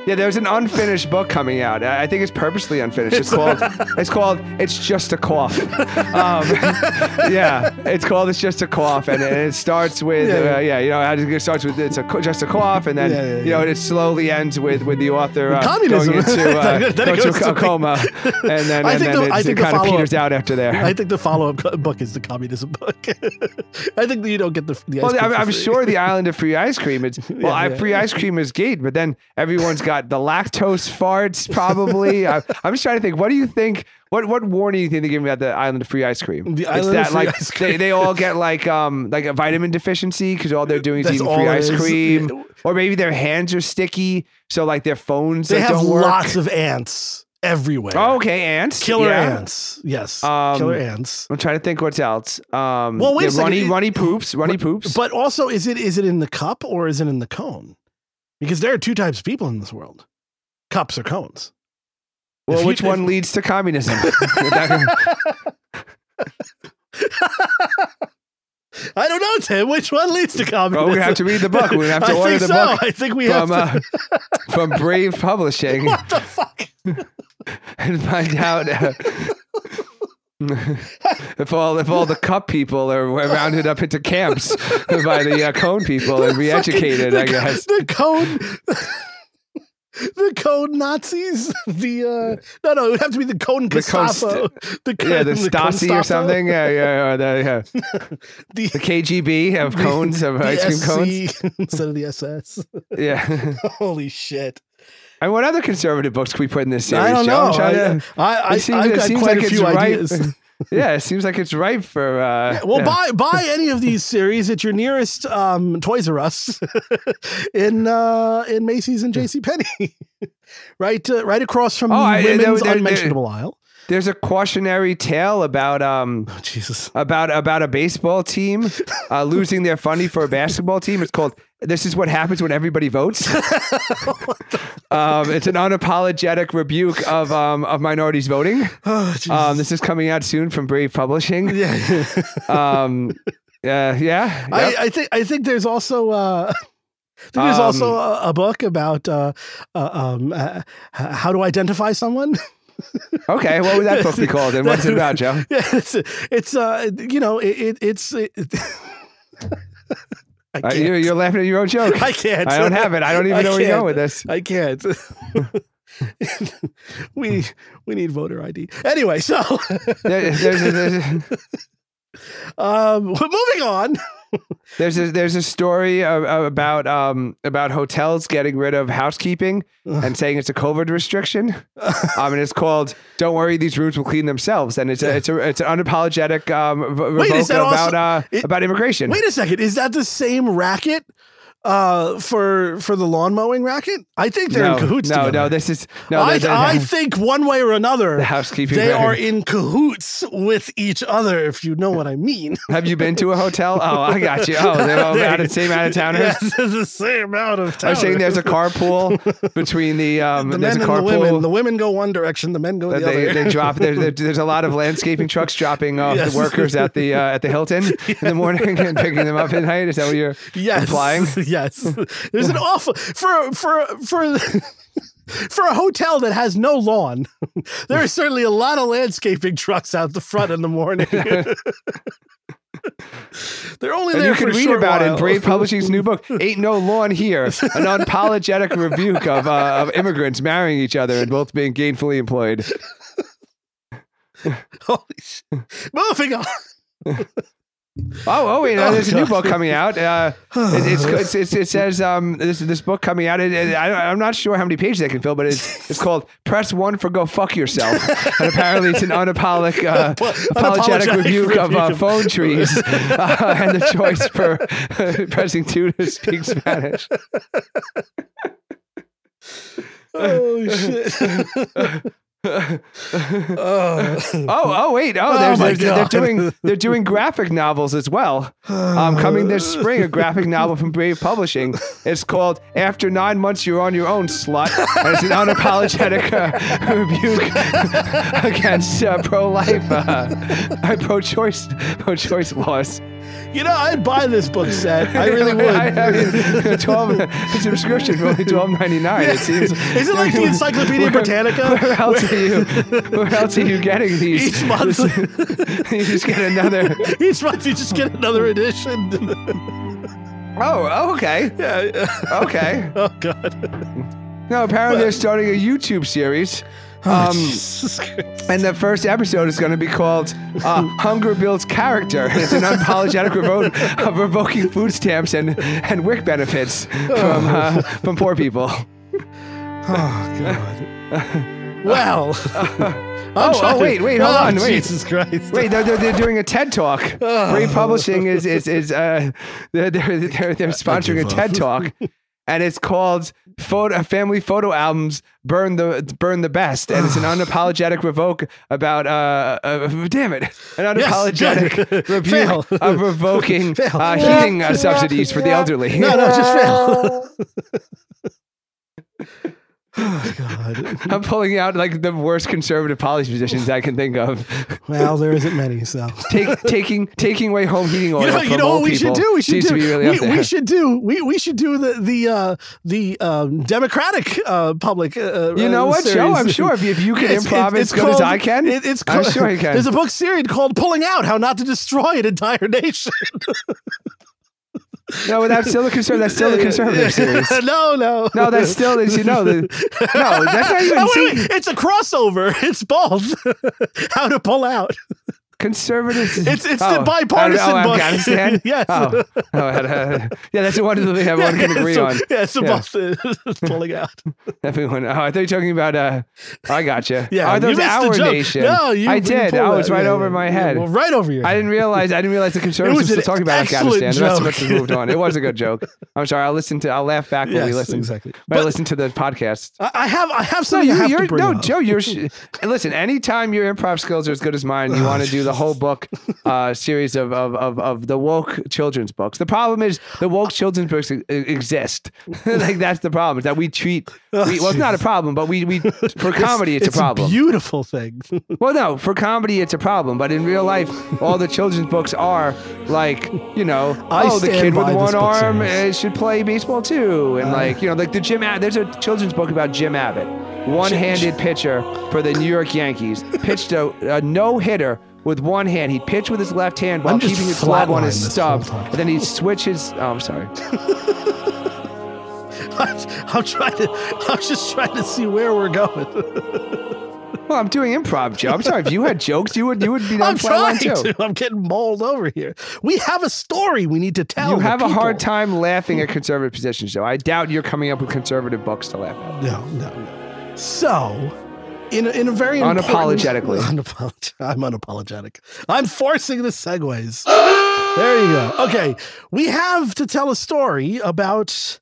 Speaker 2: Yeah, there's an unfinished book coming out. I I think it's purposely unfinished. It's called. It's called. It's just a cough. Um, yeah, it's called. It's just a cough, and, and it starts with.
Speaker 1: Yeah.
Speaker 2: Uh, yeah, you know, I think it starts with. It's a co- just a cough, and then
Speaker 1: Yeah, yeah,
Speaker 2: you know, it slowly ends with with the author uh,
Speaker 1: Communism.
Speaker 2: going into, uh,
Speaker 1: Then it
Speaker 2: going
Speaker 1: goes
Speaker 2: to a
Speaker 1: to-
Speaker 2: coma, and then and
Speaker 1: I think
Speaker 2: then
Speaker 1: the-
Speaker 2: it,
Speaker 1: I think the
Speaker 2: kind of
Speaker 1: follow-up-
Speaker 2: peters out after there.
Speaker 1: I think the follow up book is the communism book. I think that you don't get the. the ice
Speaker 2: Well,
Speaker 1: cream
Speaker 2: I'm,
Speaker 1: for
Speaker 2: I'm
Speaker 1: free.
Speaker 2: sure the island of free ice cream. It's well, I,
Speaker 1: yeah.
Speaker 2: free ice cream is gate, but then everyone's got the lactose farts. Probably. I, I'm just trying to think. What do you think? What what warning do you think they give me about the island of free ice cream?
Speaker 1: The
Speaker 2: It's
Speaker 1: island of
Speaker 2: that
Speaker 1: free
Speaker 2: like
Speaker 1: ice
Speaker 2: they
Speaker 1: cream.
Speaker 2: they all get like um like a vitamin deficiency because all they're doing is
Speaker 1: That's
Speaker 2: eating
Speaker 1: all
Speaker 2: free
Speaker 1: it
Speaker 2: ice
Speaker 1: is.
Speaker 2: cream, or maybe their hands are sticky, so like their phones
Speaker 1: they
Speaker 2: like,
Speaker 1: have
Speaker 2: don't work.
Speaker 1: lots of ants everywhere.
Speaker 2: oh, okay, ants,
Speaker 1: killer
Speaker 2: yeah.
Speaker 1: ants! Yes,
Speaker 2: Um,
Speaker 1: killer ants.
Speaker 2: I'm trying to think what's else. Um,
Speaker 1: Well, wait
Speaker 2: yeah,
Speaker 1: a second.
Speaker 2: runny,
Speaker 1: It-
Speaker 2: runny poops, runny poops.
Speaker 1: But also, is it is it in the cup or is it in the cone? Because there are two types of people in this world: cups or cones.
Speaker 2: Well,
Speaker 1: If you-
Speaker 2: which one
Speaker 1: if-
Speaker 2: leads to communism? That-
Speaker 1: I don't know, Tim. Which one leads to
Speaker 2: well,
Speaker 1: communism?
Speaker 2: we're gonna have to read the book. We're gonna have
Speaker 1: I
Speaker 2: to
Speaker 1: think
Speaker 2: order the
Speaker 1: so.
Speaker 2: book
Speaker 1: I think we have
Speaker 2: from
Speaker 1: to.
Speaker 2: uh, from Brave Publishing
Speaker 1: what the fuck?
Speaker 2: and find out uh, if all if all the cup people are were rounded up into camps by the uh, cone people and re-educated.
Speaker 1: the,
Speaker 2: I guess.
Speaker 1: The code. The code Nazis, the uh, no, no, it would have to be the cone
Speaker 2: The cone
Speaker 1: Gestapo, the cone,
Speaker 2: Yeah, the Stasi
Speaker 1: Gestapo,
Speaker 2: or something. Yeah, yeah, or the, yeah.
Speaker 1: the,
Speaker 2: the KGB of cones of
Speaker 1: the
Speaker 2: ice cream cones.
Speaker 1: SC instead of the SS.
Speaker 2: Yeah,
Speaker 1: Holy shit!
Speaker 2: and what other conservative books can we put in this series?
Speaker 1: I don't
Speaker 2: Joe?
Speaker 1: know.
Speaker 2: I'm trying to-
Speaker 1: I, I, I,
Speaker 2: It seems-
Speaker 1: I've
Speaker 2: it
Speaker 1: got
Speaker 2: seems
Speaker 1: quite a
Speaker 2: like it's
Speaker 1: few
Speaker 2: ripe.
Speaker 1: ideas.
Speaker 2: yeah, it seems like it's ripe for. Uh,
Speaker 1: Well,
Speaker 2: yeah.
Speaker 1: buy buy any of these series at your nearest um, Toys R Us in uh, in Macy's and J.C. Penney, right uh, right across from
Speaker 2: Oh, I- there-
Speaker 1: women's
Speaker 2: there- there-
Speaker 1: unmentionable aisle.
Speaker 2: There's a cautionary tale about um
Speaker 1: Oh, Jesus.
Speaker 2: about about a baseball team uh, losing their funding for a basketball team. It's called "This Is What Happens When Everybody Votes." um, it's an unapologetic rebuke of um, of minorities voting.
Speaker 1: Oh, Jesus.
Speaker 2: Um, this is coming out soon from Brave Publishing.
Speaker 1: yeah.
Speaker 2: Um, uh, yeah, yep. Um,
Speaker 1: I, I think I think there's also uh, I think there's also a, a book about uh, uh, um, uh, h- how to identify someone.
Speaker 2: okay. What would that book be called, and what's it about, Joe?
Speaker 1: Yeah, it's it's uh, you know it, it it's. It, I
Speaker 2: Uh,
Speaker 1: can't.
Speaker 2: you, you're laughing at your own joke.
Speaker 1: I can't.
Speaker 2: I don't have it. I don't even
Speaker 1: I
Speaker 2: know where you're
Speaker 1: can't.
Speaker 2: going with this.
Speaker 1: I can't. we we need voter ID. Anyway, so
Speaker 2: There- there's a- there's a-
Speaker 1: um, we're moving on.
Speaker 2: There's a, there's a story a- a- about um about hotels getting rid of housekeeping and saying it's a COVID restriction. Um, and it's called "Don't worry, these rooms will clean themselves." And it's a, it's a, it's an unapologetic um v-
Speaker 1: Wait, is
Speaker 2: revoke
Speaker 1: that
Speaker 2: about
Speaker 1: also-
Speaker 2: uh
Speaker 1: it-
Speaker 2: about immigration.
Speaker 1: Wait a second. Is that the same racket uh, for for the lawn mowing racket? I think they're
Speaker 2: no,
Speaker 1: in cahoots.
Speaker 2: no,
Speaker 1: together.
Speaker 2: no, this is no.
Speaker 1: I,
Speaker 2: the- the-
Speaker 1: I think one way or another,
Speaker 2: the housekeeping.
Speaker 1: they
Speaker 2: racket.
Speaker 1: are in cahoots with each other. If you know what I mean.
Speaker 2: Have you been to a hotel? Oh, I got you. Oh, they're all out of same out of towners.
Speaker 1: Yes, it's the same out of town.
Speaker 2: I'm saying there's a carpool between the um.
Speaker 1: the
Speaker 2: there's
Speaker 1: men
Speaker 2: a
Speaker 1: and
Speaker 2: carpool.
Speaker 1: the women. The women go one direction. The men go the
Speaker 2: that they,
Speaker 1: other.
Speaker 2: they drop there, there- there's a lot of landscaping trucks dropping off
Speaker 1: Yes.
Speaker 2: the workers at the uh, at the Hilton in the morning and picking them up at night. Is that what you're
Speaker 1: yes,
Speaker 2: implying?
Speaker 1: Yes, there's an awful for for for. For a hotel that has no lawn, there are certainly a lot of landscaping trucks out the front in the morning. They're only
Speaker 2: And
Speaker 1: there
Speaker 2: you can
Speaker 1: for a
Speaker 2: read
Speaker 1: short
Speaker 2: about it in
Speaker 1: while.
Speaker 2: Brave Publishing's new book, "Ain't No Lawn Here," an unapologetic rebuke of uh, of immigrants marrying each other and both being gainfully employed.
Speaker 1: Holy sh- Moving on.
Speaker 2: Oh, oh wait, uh,
Speaker 1: Oh,
Speaker 2: there's a new
Speaker 1: God.
Speaker 2: book coming out. Uh, it, it's, it's, it's, it says um, this this book coming out. It, it, I don't, I'm not sure how many pages I can fill, but it's it's called "Press One for Go Fuck Yourself," and apparently it's an unapolog, uh, apologetic
Speaker 1: Unapologetic
Speaker 2: rebuke of uh,
Speaker 1: rebuke.
Speaker 2: phone trees uh, and the choice for pressing two to speak Spanish.
Speaker 1: Oh shit. oh.
Speaker 2: Oh, oh wait, oh,
Speaker 1: Oh,
Speaker 2: there's,
Speaker 1: my
Speaker 2: there's- they're
Speaker 1: God.
Speaker 2: doing they're doing graphic novels as well. Um, coming this spring, a graphic novel from Brave Publishing. It's called "After Nine Months, You're on Your Own, Slut," and it's an unapologetic uh, rebuke against uh, pro-life, uh, pro-choice, pro-choice laws.
Speaker 1: you know, I'd buy this book set. I really would.
Speaker 2: I mean, Twelve a subscription for only twelve ninety nine. It seems.
Speaker 1: Is it like the Encyclopedia Britannica?
Speaker 2: Where else are you? Where else are you getting these?
Speaker 1: Each month,
Speaker 2: you just get another.
Speaker 1: each month you just get another edition.
Speaker 2: Oh, okay,
Speaker 1: yeah.
Speaker 2: okay.
Speaker 1: Oh God.
Speaker 2: No, apparently they're starting a YouTube series.
Speaker 1: Oh,
Speaker 2: Um, and the first episode is going to be called uh, "Hunger Builds Character." It's an unapologetic revoke of revoking food stamps and and WIC benefits from uh, from poor people.
Speaker 1: Oh God. well.
Speaker 2: oh, wait, wait, hold on, wait.
Speaker 1: Jesus Christ.
Speaker 2: Wait, they're, they're, they're doing a TED Talk.
Speaker 1: Oh.
Speaker 2: Ray Publishing is is is uh, they're they're they're, they're sponsoring a
Speaker 1: give
Speaker 2: TED
Speaker 1: up.
Speaker 2: Talk, and it's called "Photo Family Photo Albums Burn the Burn the Best," and it's an unapologetic revoke about uh, uh damn it, an
Speaker 1: Yes,
Speaker 2: unapologetic
Speaker 1: good. Fail.
Speaker 2: rebuke Um, of revoking
Speaker 1: Fail.
Speaker 2: uh, heating uh, subsidies for the elderly.
Speaker 1: No, no, just fail. oh God.
Speaker 2: I'm pulling out like the worst conservative policy positions I can think of.
Speaker 1: Well, there isn't many, so.
Speaker 2: Take, taking taking away home heating oil.
Speaker 1: You know, you
Speaker 2: from
Speaker 1: know
Speaker 2: old
Speaker 1: what we should
Speaker 2: people
Speaker 1: do? We should
Speaker 2: seems
Speaker 1: do.
Speaker 2: to be really up
Speaker 1: we,
Speaker 2: there.
Speaker 1: we should do. We we should do the the uh, the um, Democratic uh, public. Uh,
Speaker 2: You know
Speaker 1: uh,
Speaker 2: what, Joe? I'm
Speaker 1: series.
Speaker 2: sure if, if you can
Speaker 1: It's-
Speaker 2: improv
Speaker 1: it's-
Speaker 2: as
Speaker 1: it's
Speaker 2: good as
Speaker 1: called-
Speaker 2: I can,
Speaker 1: it- it's
Speaker 2: I'm
Speaker 1: called-
Speaker 2: sure I can.
Speaker 1: There's a book series called "Pulling Out: How Not to Destroy an Entire Nation."
Speaker 2: no, but that's still the conservative. That's still the conservative series.
Speaker 1: no, no,
Speaker 2: No, that's still is you know. The, no, that's not even
Speaker 1: Oh, wait,
Speaker 2: see,
Speaker 1: wait. It's a crossover. It's both. How to pull out.
Speaker 2: conservatives.
Speaker 1: It's- it's the
Speaker 2: out of-
Speaker 1: bipartisan
Speaker 2: out of
Speaker 1: book.
Speaker 2: Afghanistan.
Speaker 1: Yes.
Speaker 2: Oh, oh, out of- yeah, that's the one thing everyone can agree
Speaker 1: so,
Speaker 2: on.
Speaker 1: Yeah, it's
Speaker 2: Yeah.
Speaker 1: both. It's pulling out.
Speaker 2: Everyone. Oh, I thought you were talking about. Uh, I gotcha.
Speaker 1: Yeah,
Speaker 2: oh, that
Speaker 1: you
Speaker 2: was
Speaker 1: missed
Speaker 2: our
Speaker 1: the joke.
Speaker 2: nation.
Speaker 1: No, you
Speaker 2: I
Speaker 1: you
Speaker 2: did.
Speaker 1: pulled
Speaker 2: I was
Speaker 1: that.
Speaker 2: right
Speaker 1: Yeah,
Speaker 2: over my
Speaker 1: yeah,
Speaker 2: head.
Speaker 1: well, right over your.
Speaker 2: I
Speaker 1: head.
Speaker 2: didn't realize. I didn't realize the
Speaker 1: It
Speaker 2: conservatives were
Speaker 1: was
Speaker 2: still
Speaker 1: an
Speaker 2: talking about
Speaker 1: excellent
Speaker 2: Afghanistan. The rest of
Speaker 1: joke.
Speaker 2: us have moved on. It was a good joke. I'm sorry. I'll listen to. I'll laugh back when we
Speaker 1: Yes,
Speaker 2: listen.
Speaker 1: exactly.
Speaker 2: When I
Speaker 1: But-
Speaker 2: listen to the podcast.
Speaker 1: I I have I have
Speaker 2: No,
Speaker 1: something
Speaker 2: you,
Speaker 1: I have
Speaker 2: you're
Speaker 1: to bring
Speaker 2: no
Speaker 1: up.
Speaker 2: Joe. You're sh- and listen. Anytime your improv skills are as good as mine, you want to do the whole book uh, series of, of of of the woke children's books. The problem is the woke children's books e- exist. like that's the problem. Is that we treat. we, well, it's not a problem, but we we for comedy it's, a problem.
Speaker 1: beautiful thing.
Speaker 2: Well, no, for comedy it's a problem, but in real life, all the children's books are like, you know,
Speaker 1: I
Speaker 2: oh, the
Speaker 1: stand
Speaker 2: kid with
Speaker 1: by this
Speaker 2: one
Speaker 1: book
Speaker 2: arm uh,
Speaker 1: series. Uh-huh.
Speaker 2: should play baseball too, and like, you know, like the Jim. Ab- There's a children's book about Jim Abbott, one-handed pitcher for the New York Yankees, pitched a, a no-hitter with one hand. He pitched with his left hand while
Speaker 1: I'm just
Speaker 2: keeping his glove on
Speaker 1: flatlining
Speaker 2: his
Speaker 1: this
Speaker 2: stub,
Speaker 1: whole time.
Speaker 2: and then he switches. Oh, I'm sorry.
Speaker 1: I'm trying to. I'm just trying to see where we're going.
Speaker 2: Well, I'm doing improv, Joe. I'm sorry. If you had jokes, you would you would be on
Speaker 1: I'm trying
Speaker 2: flatline too.
Speaker 1: to. I'm getting mauled over here. We have a story we need to tell.
Speaker 2: You
Speaker 1: the
Speaker 2: have a hard
Speaker 1: people.
Speaker 2: time laughing at conservative positions, Joe. I doubt you're coming up with conservative books to laugh at.
Speaker 1: No, no, no. So. In a, in a very important-
Speaker 2: Unapologetically.
Speaker 1: Unapolog- I'm unapologetic. I'm forcing the segues. there you go. Okay, we have to tell a story about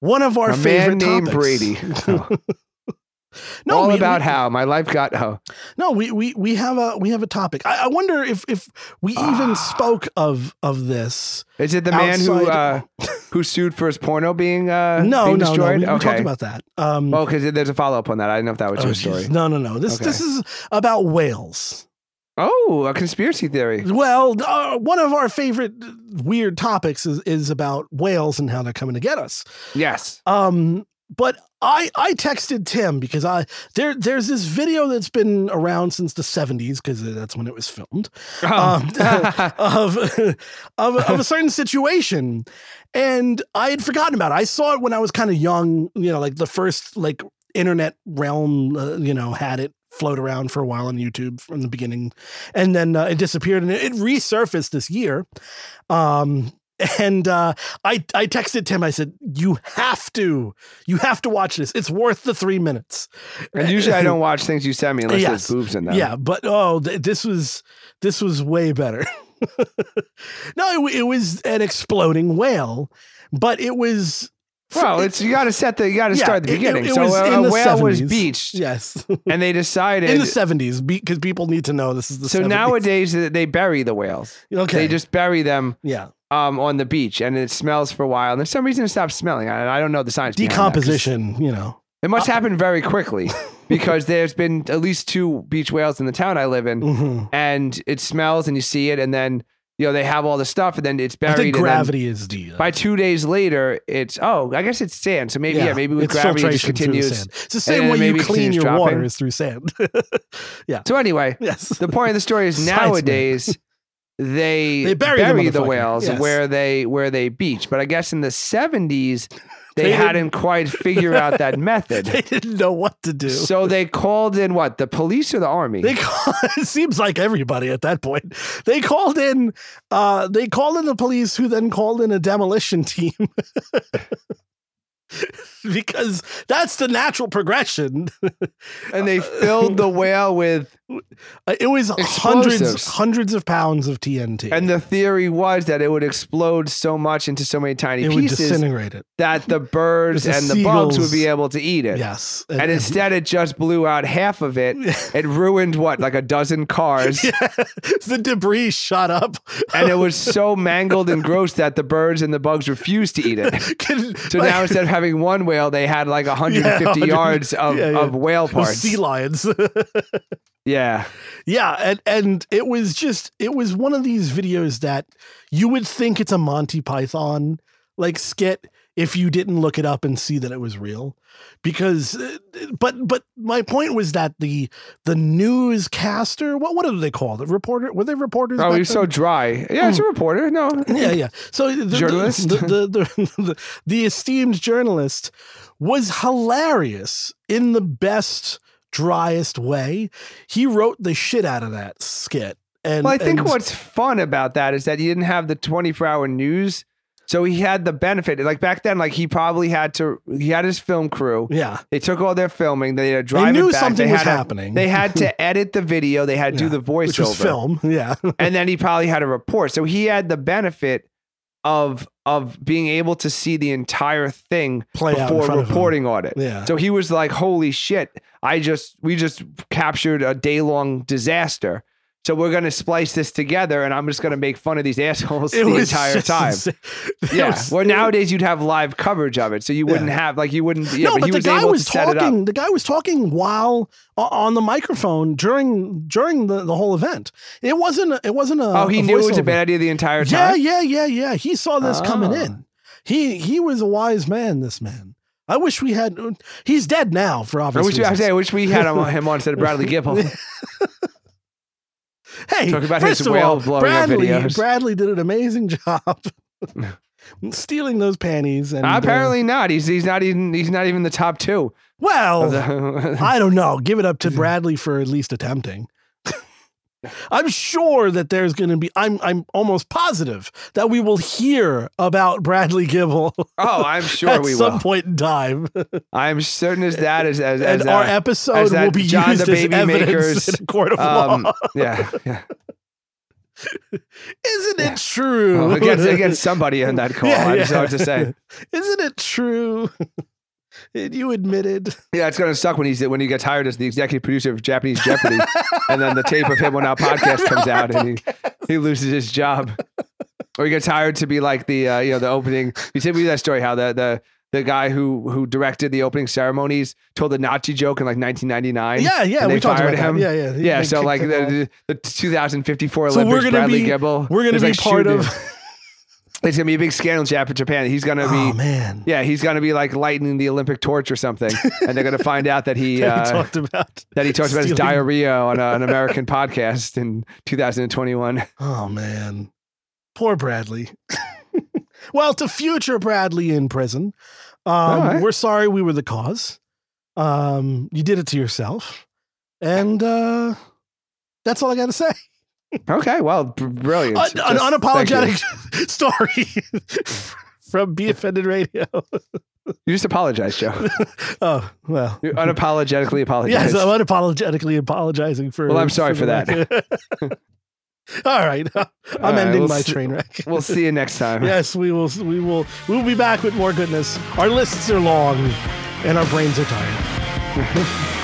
Speaker 1: one of our
Speaker 2: a man
Speaker 1: favorite
Speaker 2: named
Speaker 1: topics.
Speaker 2: Brady. Oh.
Speaker 1: No,
Speaker 2: All
Speaker 1: we-
Speaker 2: about
Speaker 1: we-
Speaker 2: how my life got. Oh,
Speaker 1: No, we we we have a we have a topic. I, I wonder if if we
Speaker 2: Ah.
Speaker 1: even spoke of of this.
Speaker 2: is it the man who uh,
Speaker 1: Outside-
Speaker 2: who sued for his porno being
Speaker 1: No,
Speaker 2: uh, being
Speaker 1: no, no. We,
Speaker 2: destroyed?
Speaker 1: we
Speaker 2: okay.
Speaker 1: talked about that. Um,
Speaker 2: oh, because there's a follow up on that. I didn't know if that was
Speaker 1: oh,
Speaker 2: your
Speaker 1: geez.
Speaker 2: story.
Speaker 1: No, no, no. This
Speaker 2: Okay.
Speaker 1: this is about whales.
Speaker 2: Oh, a conspiracy theory.
Speaker 1: Well, uh, one of our favorite uh, weird topics is is about whales and how they're coming to get us.
Speaker 2: Yes.
Speaker 1: Um, but I I texted Tim because I there there's this video that's been around since the 70s because that's when it was filmed.
Speaker 2: Oh.
Speaker 1: um, of, of of a certain situation, and I had forgotten about it. I saw it when I was kind of young, you know, like the first like internet realm, uh, you know, had it float around for a while on YouTube from the beginning, and then uh, it disappeared and it, it resurfaced this year. Um, and uh, I I texted Tim. I said, "You have to, you have to watch this. It's worth the three minutes."
Speaker 2: and usually I don't watch things you send me unless
Speaker 1: Yes.
Speaker 2: there's boobs in them.
Speaker 1: Yeah, but oh, th- this was this was way better. no, it, w- it was an exploding whale, but it was
Speaker 2: Well, it's you got to set the you got to
Speaker 1: Yeah,
Speaker 2: start at the
Speaker 1: it- it-
Speaker 2: beginning.
Speaker 1: it
Speaker 2: so
Speaker 1: was
Speaker 2: uh,
Speaker 1: in
Speaker 2: a
Speaker 1: the
Speaker 2: whale was
Speaker 1: 70s.
Speaker 2: beached,
Speaker 1: yes
Speaker 2: and they decided
Speaker 1: in the seventies because people need to know this is the.
Speaker 2: So
Speaker 1: 70s.
Speaker 2: nowadays th- they bury the whales.
Speaker 1: okay,
Speaker 2: They just bury them
Speaker 1: yeah,
Speaker 2: um, on the beach, and it smells for a while. And for some reason, it stops smelling. I, I don't know the science. behind that, 'cause
Speaker 1: decomposition. Uh, you know,
Speaker 2: It must happen very quickly because there's been at least two beach whales in the town I live in,
Speaker 1: Mhm.
Speaker 2: and it smells, and you see it, and then you know, they have all the stuff and then it's
Speaker 1: I
Speaker 2: buried.
Speaker 1: think
Speaker 2: and then
Speaker 1: gravity is the. uh,
Speaker 2: by two days later, it's oh, I guess it's sand. So maybe yeah, maybe with
Speaker 1: it's
Speaker 2: gravity it just
Speaker 1: filtration through the
Speaker 2: continues.
Speaker 1: sand. It's the same
Speaker 2: and
Speaker 1: way you
Speaker 2: maybe it
Speaker 1: clean
Speaker 2: continues
Speaker 1: your
Speaker 2: dropping.
Speaker 1: water is through sand. yeah.
Speaker 2: So anyway,
Speaker 1: Yes.
Speaker 2: the point of the story is
Speaker 1: Science man.
Speaker 2: nowadays they,
Speaker 1: They bury the
Speaker 2: the
Speaker 1: motherfucker,
Speaker 2: whales
Speaker 1: yes.
Speaker 2: where they where they beach. But I guess in the seventies they,
Speaker 1: They didn't-
Speaker 2: hadn't quite figured out that method.
Speaker 1: they didn't know what to do.
Speaker 2: so they called in what the police or the army.
Speaker 1: They call, it seems like everybody at that point. They called in, uh, they called in the police, who then called in a demolition team because that's the natural progression.
Speaker 2: and they filled the whale with
Speaker 1: Uh, It was hundreds,
Speaker 2: Explosives.
Speaker 1: hundreds of pounds of TNT,
Speaker 2: and the theory was that it would explode so much into so many tiny
Speaker 1: it would
Speaker 2: pieces
Speaker 1: disintegrate it.
Speaker 2: that the birds
Speaker 1: The
Speaker 2: and the bugs would
Speaker 1: seagulls.
Speaker 2: be able to eat it.
Speaker 1: Yes,
Speaker 2: And instead, it just blew out half of it. It ruined what, like a dozen cars.
Speaker 1: the debris shot up.
Speaker 2: And it was so mangled and gross that the birds and the bugs refused to eat it. So now instead of having one whale, they had like 150
Speaker 1: 100
Speaker 2: yards of,
Speaker 1: yeah, yeah.
Speaker 2: of whale parts.
Speaker 1: sea lions.
Speaker 2: yeah.
Speaker 1: Yeah, and and it was just it was one of these videos that you would think it's a Monty Python like skit if you didn't look it up and see that it was real because uh, but but my point was that the the newscaster what what are they called the reporter were they reporters
Speaker 2: Oh,
Speaker 1: back
Speaker 2: you're so
Speaker 1: then?
Speaker 2: dry. Yeah,
Speaker 1: Hmm.
Speaker 2: it's a reporter. No.
Speaker 1: yeah yeah so the- the,
Speaker 2: Journalist?
Speaker 1: the, the, the, the, the esteemed journalist was hilarious in the best driest way he wrote the shit out of that skit and
Speaker 2: Well, I think
Speaker 1: and-
Speaker 2: what's fun about that is that he didn't have the 24 hour news. So he had the benefit. Like back then, like he probably had to, he had his film crew.
Speaker 1: Yeah.
Speaker 2: They took all their filming. They had to drive
Speaker 1: they
Speaker 2: it
Speaker 1: knew
Speaker 2: back.
Speaker 1: something
Speaker 2: they
Speaker 1: was
Speaker 2: had to-
Speaker 1: happening.
Speaker 2: They had to edit the video. They had to
Speaker 1: Yeah,
Speaker 2: do the
Speaker 1: which was
Speaker 2: voiceover,
Speaker 1: film. Yeah.
Speaker 2: and then he probably had a report. So he had the benefit of of being able to see the entire thing
Speaker 1: Play out Oh, in
Speaker 2: before
Speaker 1: front of him.
Speaker 2: reporting on it.
Speaker 1: Yeah.
Speaker 2: So he was like, "Holy shit! I just we just captured a day long disaster." So we're gonna splice this together, and I'm just gonna make fun of these assholes the entire
Speaker 1: just
Speaker 2: time.
Speaker 1: insane. It
Speaker 2: Yeah.
Speaker 1: was-
Speaker 2: well, nowadays you'd have live coverage of it, so you wouldn't have like you wouldn't. Yeah,
Speaker 1: no,
Speaker 2: but,
Speaker 1: but,
Speaker 2: he
Speaker 1: the
Speaker 2: was
Speaker 1: guy
Speaker 2: able
Speaker 1: was
Speaker 2: to set it up.
Speaker 1: talking. The guy was talking while o- on the microphone during during the, the whole event. It wasn't. A, it wasn't a.
Speaker 2: Oh, he
Speaker 1: uh, a
Speaker 2: knew it was a
Speaker 1: voiceover.
Speaker 2: bad idea the entire
Speaker 1: Yeah,
Speaker 2: time.
Speaker 1: yeah, yeah, yeah. He saw this coming
Speaker 2: Ah.
Speaker 1: in. He he was a wise man. This man. I wish we had. He's dead now for
Speaker 2: I
Speaker 1: obvious
Speaker 2: wish, we, I
Speaker 1: reasons.
Speaker 2: say, I wish we had him, him on instead of Bradley Gibble.
Speaker 1: Hey,
Speaker 2: Talk about
Speaker 1: first
Speaker 2: his
Speaker 1: of
Speaker 2: whale
Speaker 1: all,
Speaker 2: blowing up
Speaker 1: Bradley,
Speaker 2: videos.
Speaker 1: Bradley did an amazing job stealing those panties. And uh,
Speaker 2: Apparently not. He's he's not even he's not even the top two.
Speaker 1: well,
Speaker 2: of the-
Speaker 1: Oh. I don't know. Give it up to Bradley for at least attempting. I'm sure that there's going to be. I'm. I'm almost positive that we will hear about Bradley Gibble
Speaker 2: oh, I'm sure
Speaker 1: at
Speaker 2: we
Speaker 1: some
Speaker 2: will.
Speaker 1: point in time,
Speaker 2: I'm certain as that is as as
Speaker 1: and our
Speaker 2: uh,
Speaker 1: episode
Speaker 2: that
Speaker 1: will be
Speaker 2: John
Speaker 1: used
Speaker 2: the
Speaker 1: as
Speaker 2: Baby
Speaker 1: evidence
Speaker 2: Maker's,
Speaker 1: in a court of
Speaker 2: um,
Speaker 1: law.
Speaker 2: yeah, yeah.
Speaker 1: Isn't
Speaker 2: yeah.
Speaker 1: it true?
Speaker 2: Well, against against somebody on that call.
Speaker 1: Yeah,
Speaker 2: I just
Speaker 1: yeah.
Speaker 2: have to say,
Speaker 1: Isn't it true? And you admitted.
Speaker 2: yeah, it's gonna suck when he's when he gets hired as the executive producer of Japanese Jeopardy, and then the tape of him on our podcast comes out, and he, he loses his job, or he gets hired to be like the uh, you know the opening. You said me that story how the the. The guy who who directed the opening ceremonies told the Nazi joke in like 1999.
Speaker 1: Yeah, yeah,
Speaker 2: and
Speaker 1: we
Speaker 2: they
Speaker 1: talked
Speaker 2: fired
Speaker 1: about
Speaker 2: him.
Speaker 1: That. Yeah, yeah,
Speaker 2: Yeah,
Speaker 1: They
Speaker 2: so
Speaker 1: kicked
Speaker 2: like
Speaker 1: him off.
Speaker 2: the, the 2054
Speaker 1: So we're
Speaker 2: Olympics,
Speaker 1: gonna
Speaker 2: Bradley
Speaker 1: be-
Speaker 2: Gibble.
Speaker 1: we're gonna
Speaker 2: is,
Speaker 1: be
Speaker 2: like,
Speaker 1: part
Speaker 2: shooting.
Speaker 1: of.
Speaker 2: It's gonna be a big scandal in Jap- Japan. He's gonna
Speaker 1: Oh
Speaker 2: be,
Speaker 1: man,
Speaker 2: yeah, he's gonna be like lightning the Olympic torch or something, and they're gonna find out that he
Speaker 1: that we
Speaker 2: uh,
Speaker 1: talked about.
Speaker 2: that he talked about his
Speaker 1: Stealing-
Speaker 2: diarrhea on a, an American podcast in 2021.
Speaker 1: Oh man, poor Bradley. well, to future Bradley in prison, um,
Speaker 2: right.
Speaker 1: we're sorry we were the cause. Um, you did it to yourself, and uh, that's all I got to say.
Speaker 2: Okay, well, br- brilliant,
Speaker 1: Un- an
Speaker 2: Just- thank
Speaker 1: unapologetic story from Be Offended Radio.
Speaker 2: you. You just apologize, Joe.
Speaker 1: oh well,
Speaker 2: You unapologetically apologize.
Speaker 1: Yes, I'm unapologically apologizing for.
Speaker 2: Well, I'm sorry for that.
Speaker 1: All right, I'm
Speaker 2: right,
Speaker 1: ending
Speaker 2: we'll
Speaker 1: my
Speaker 2: s-
Speaker 1: train wreck.
Speaker 2: we'll see you next time.
Speaker 1: yes, we will. We will. We will be back with more goodness. Our lists are long, and our brains are tired.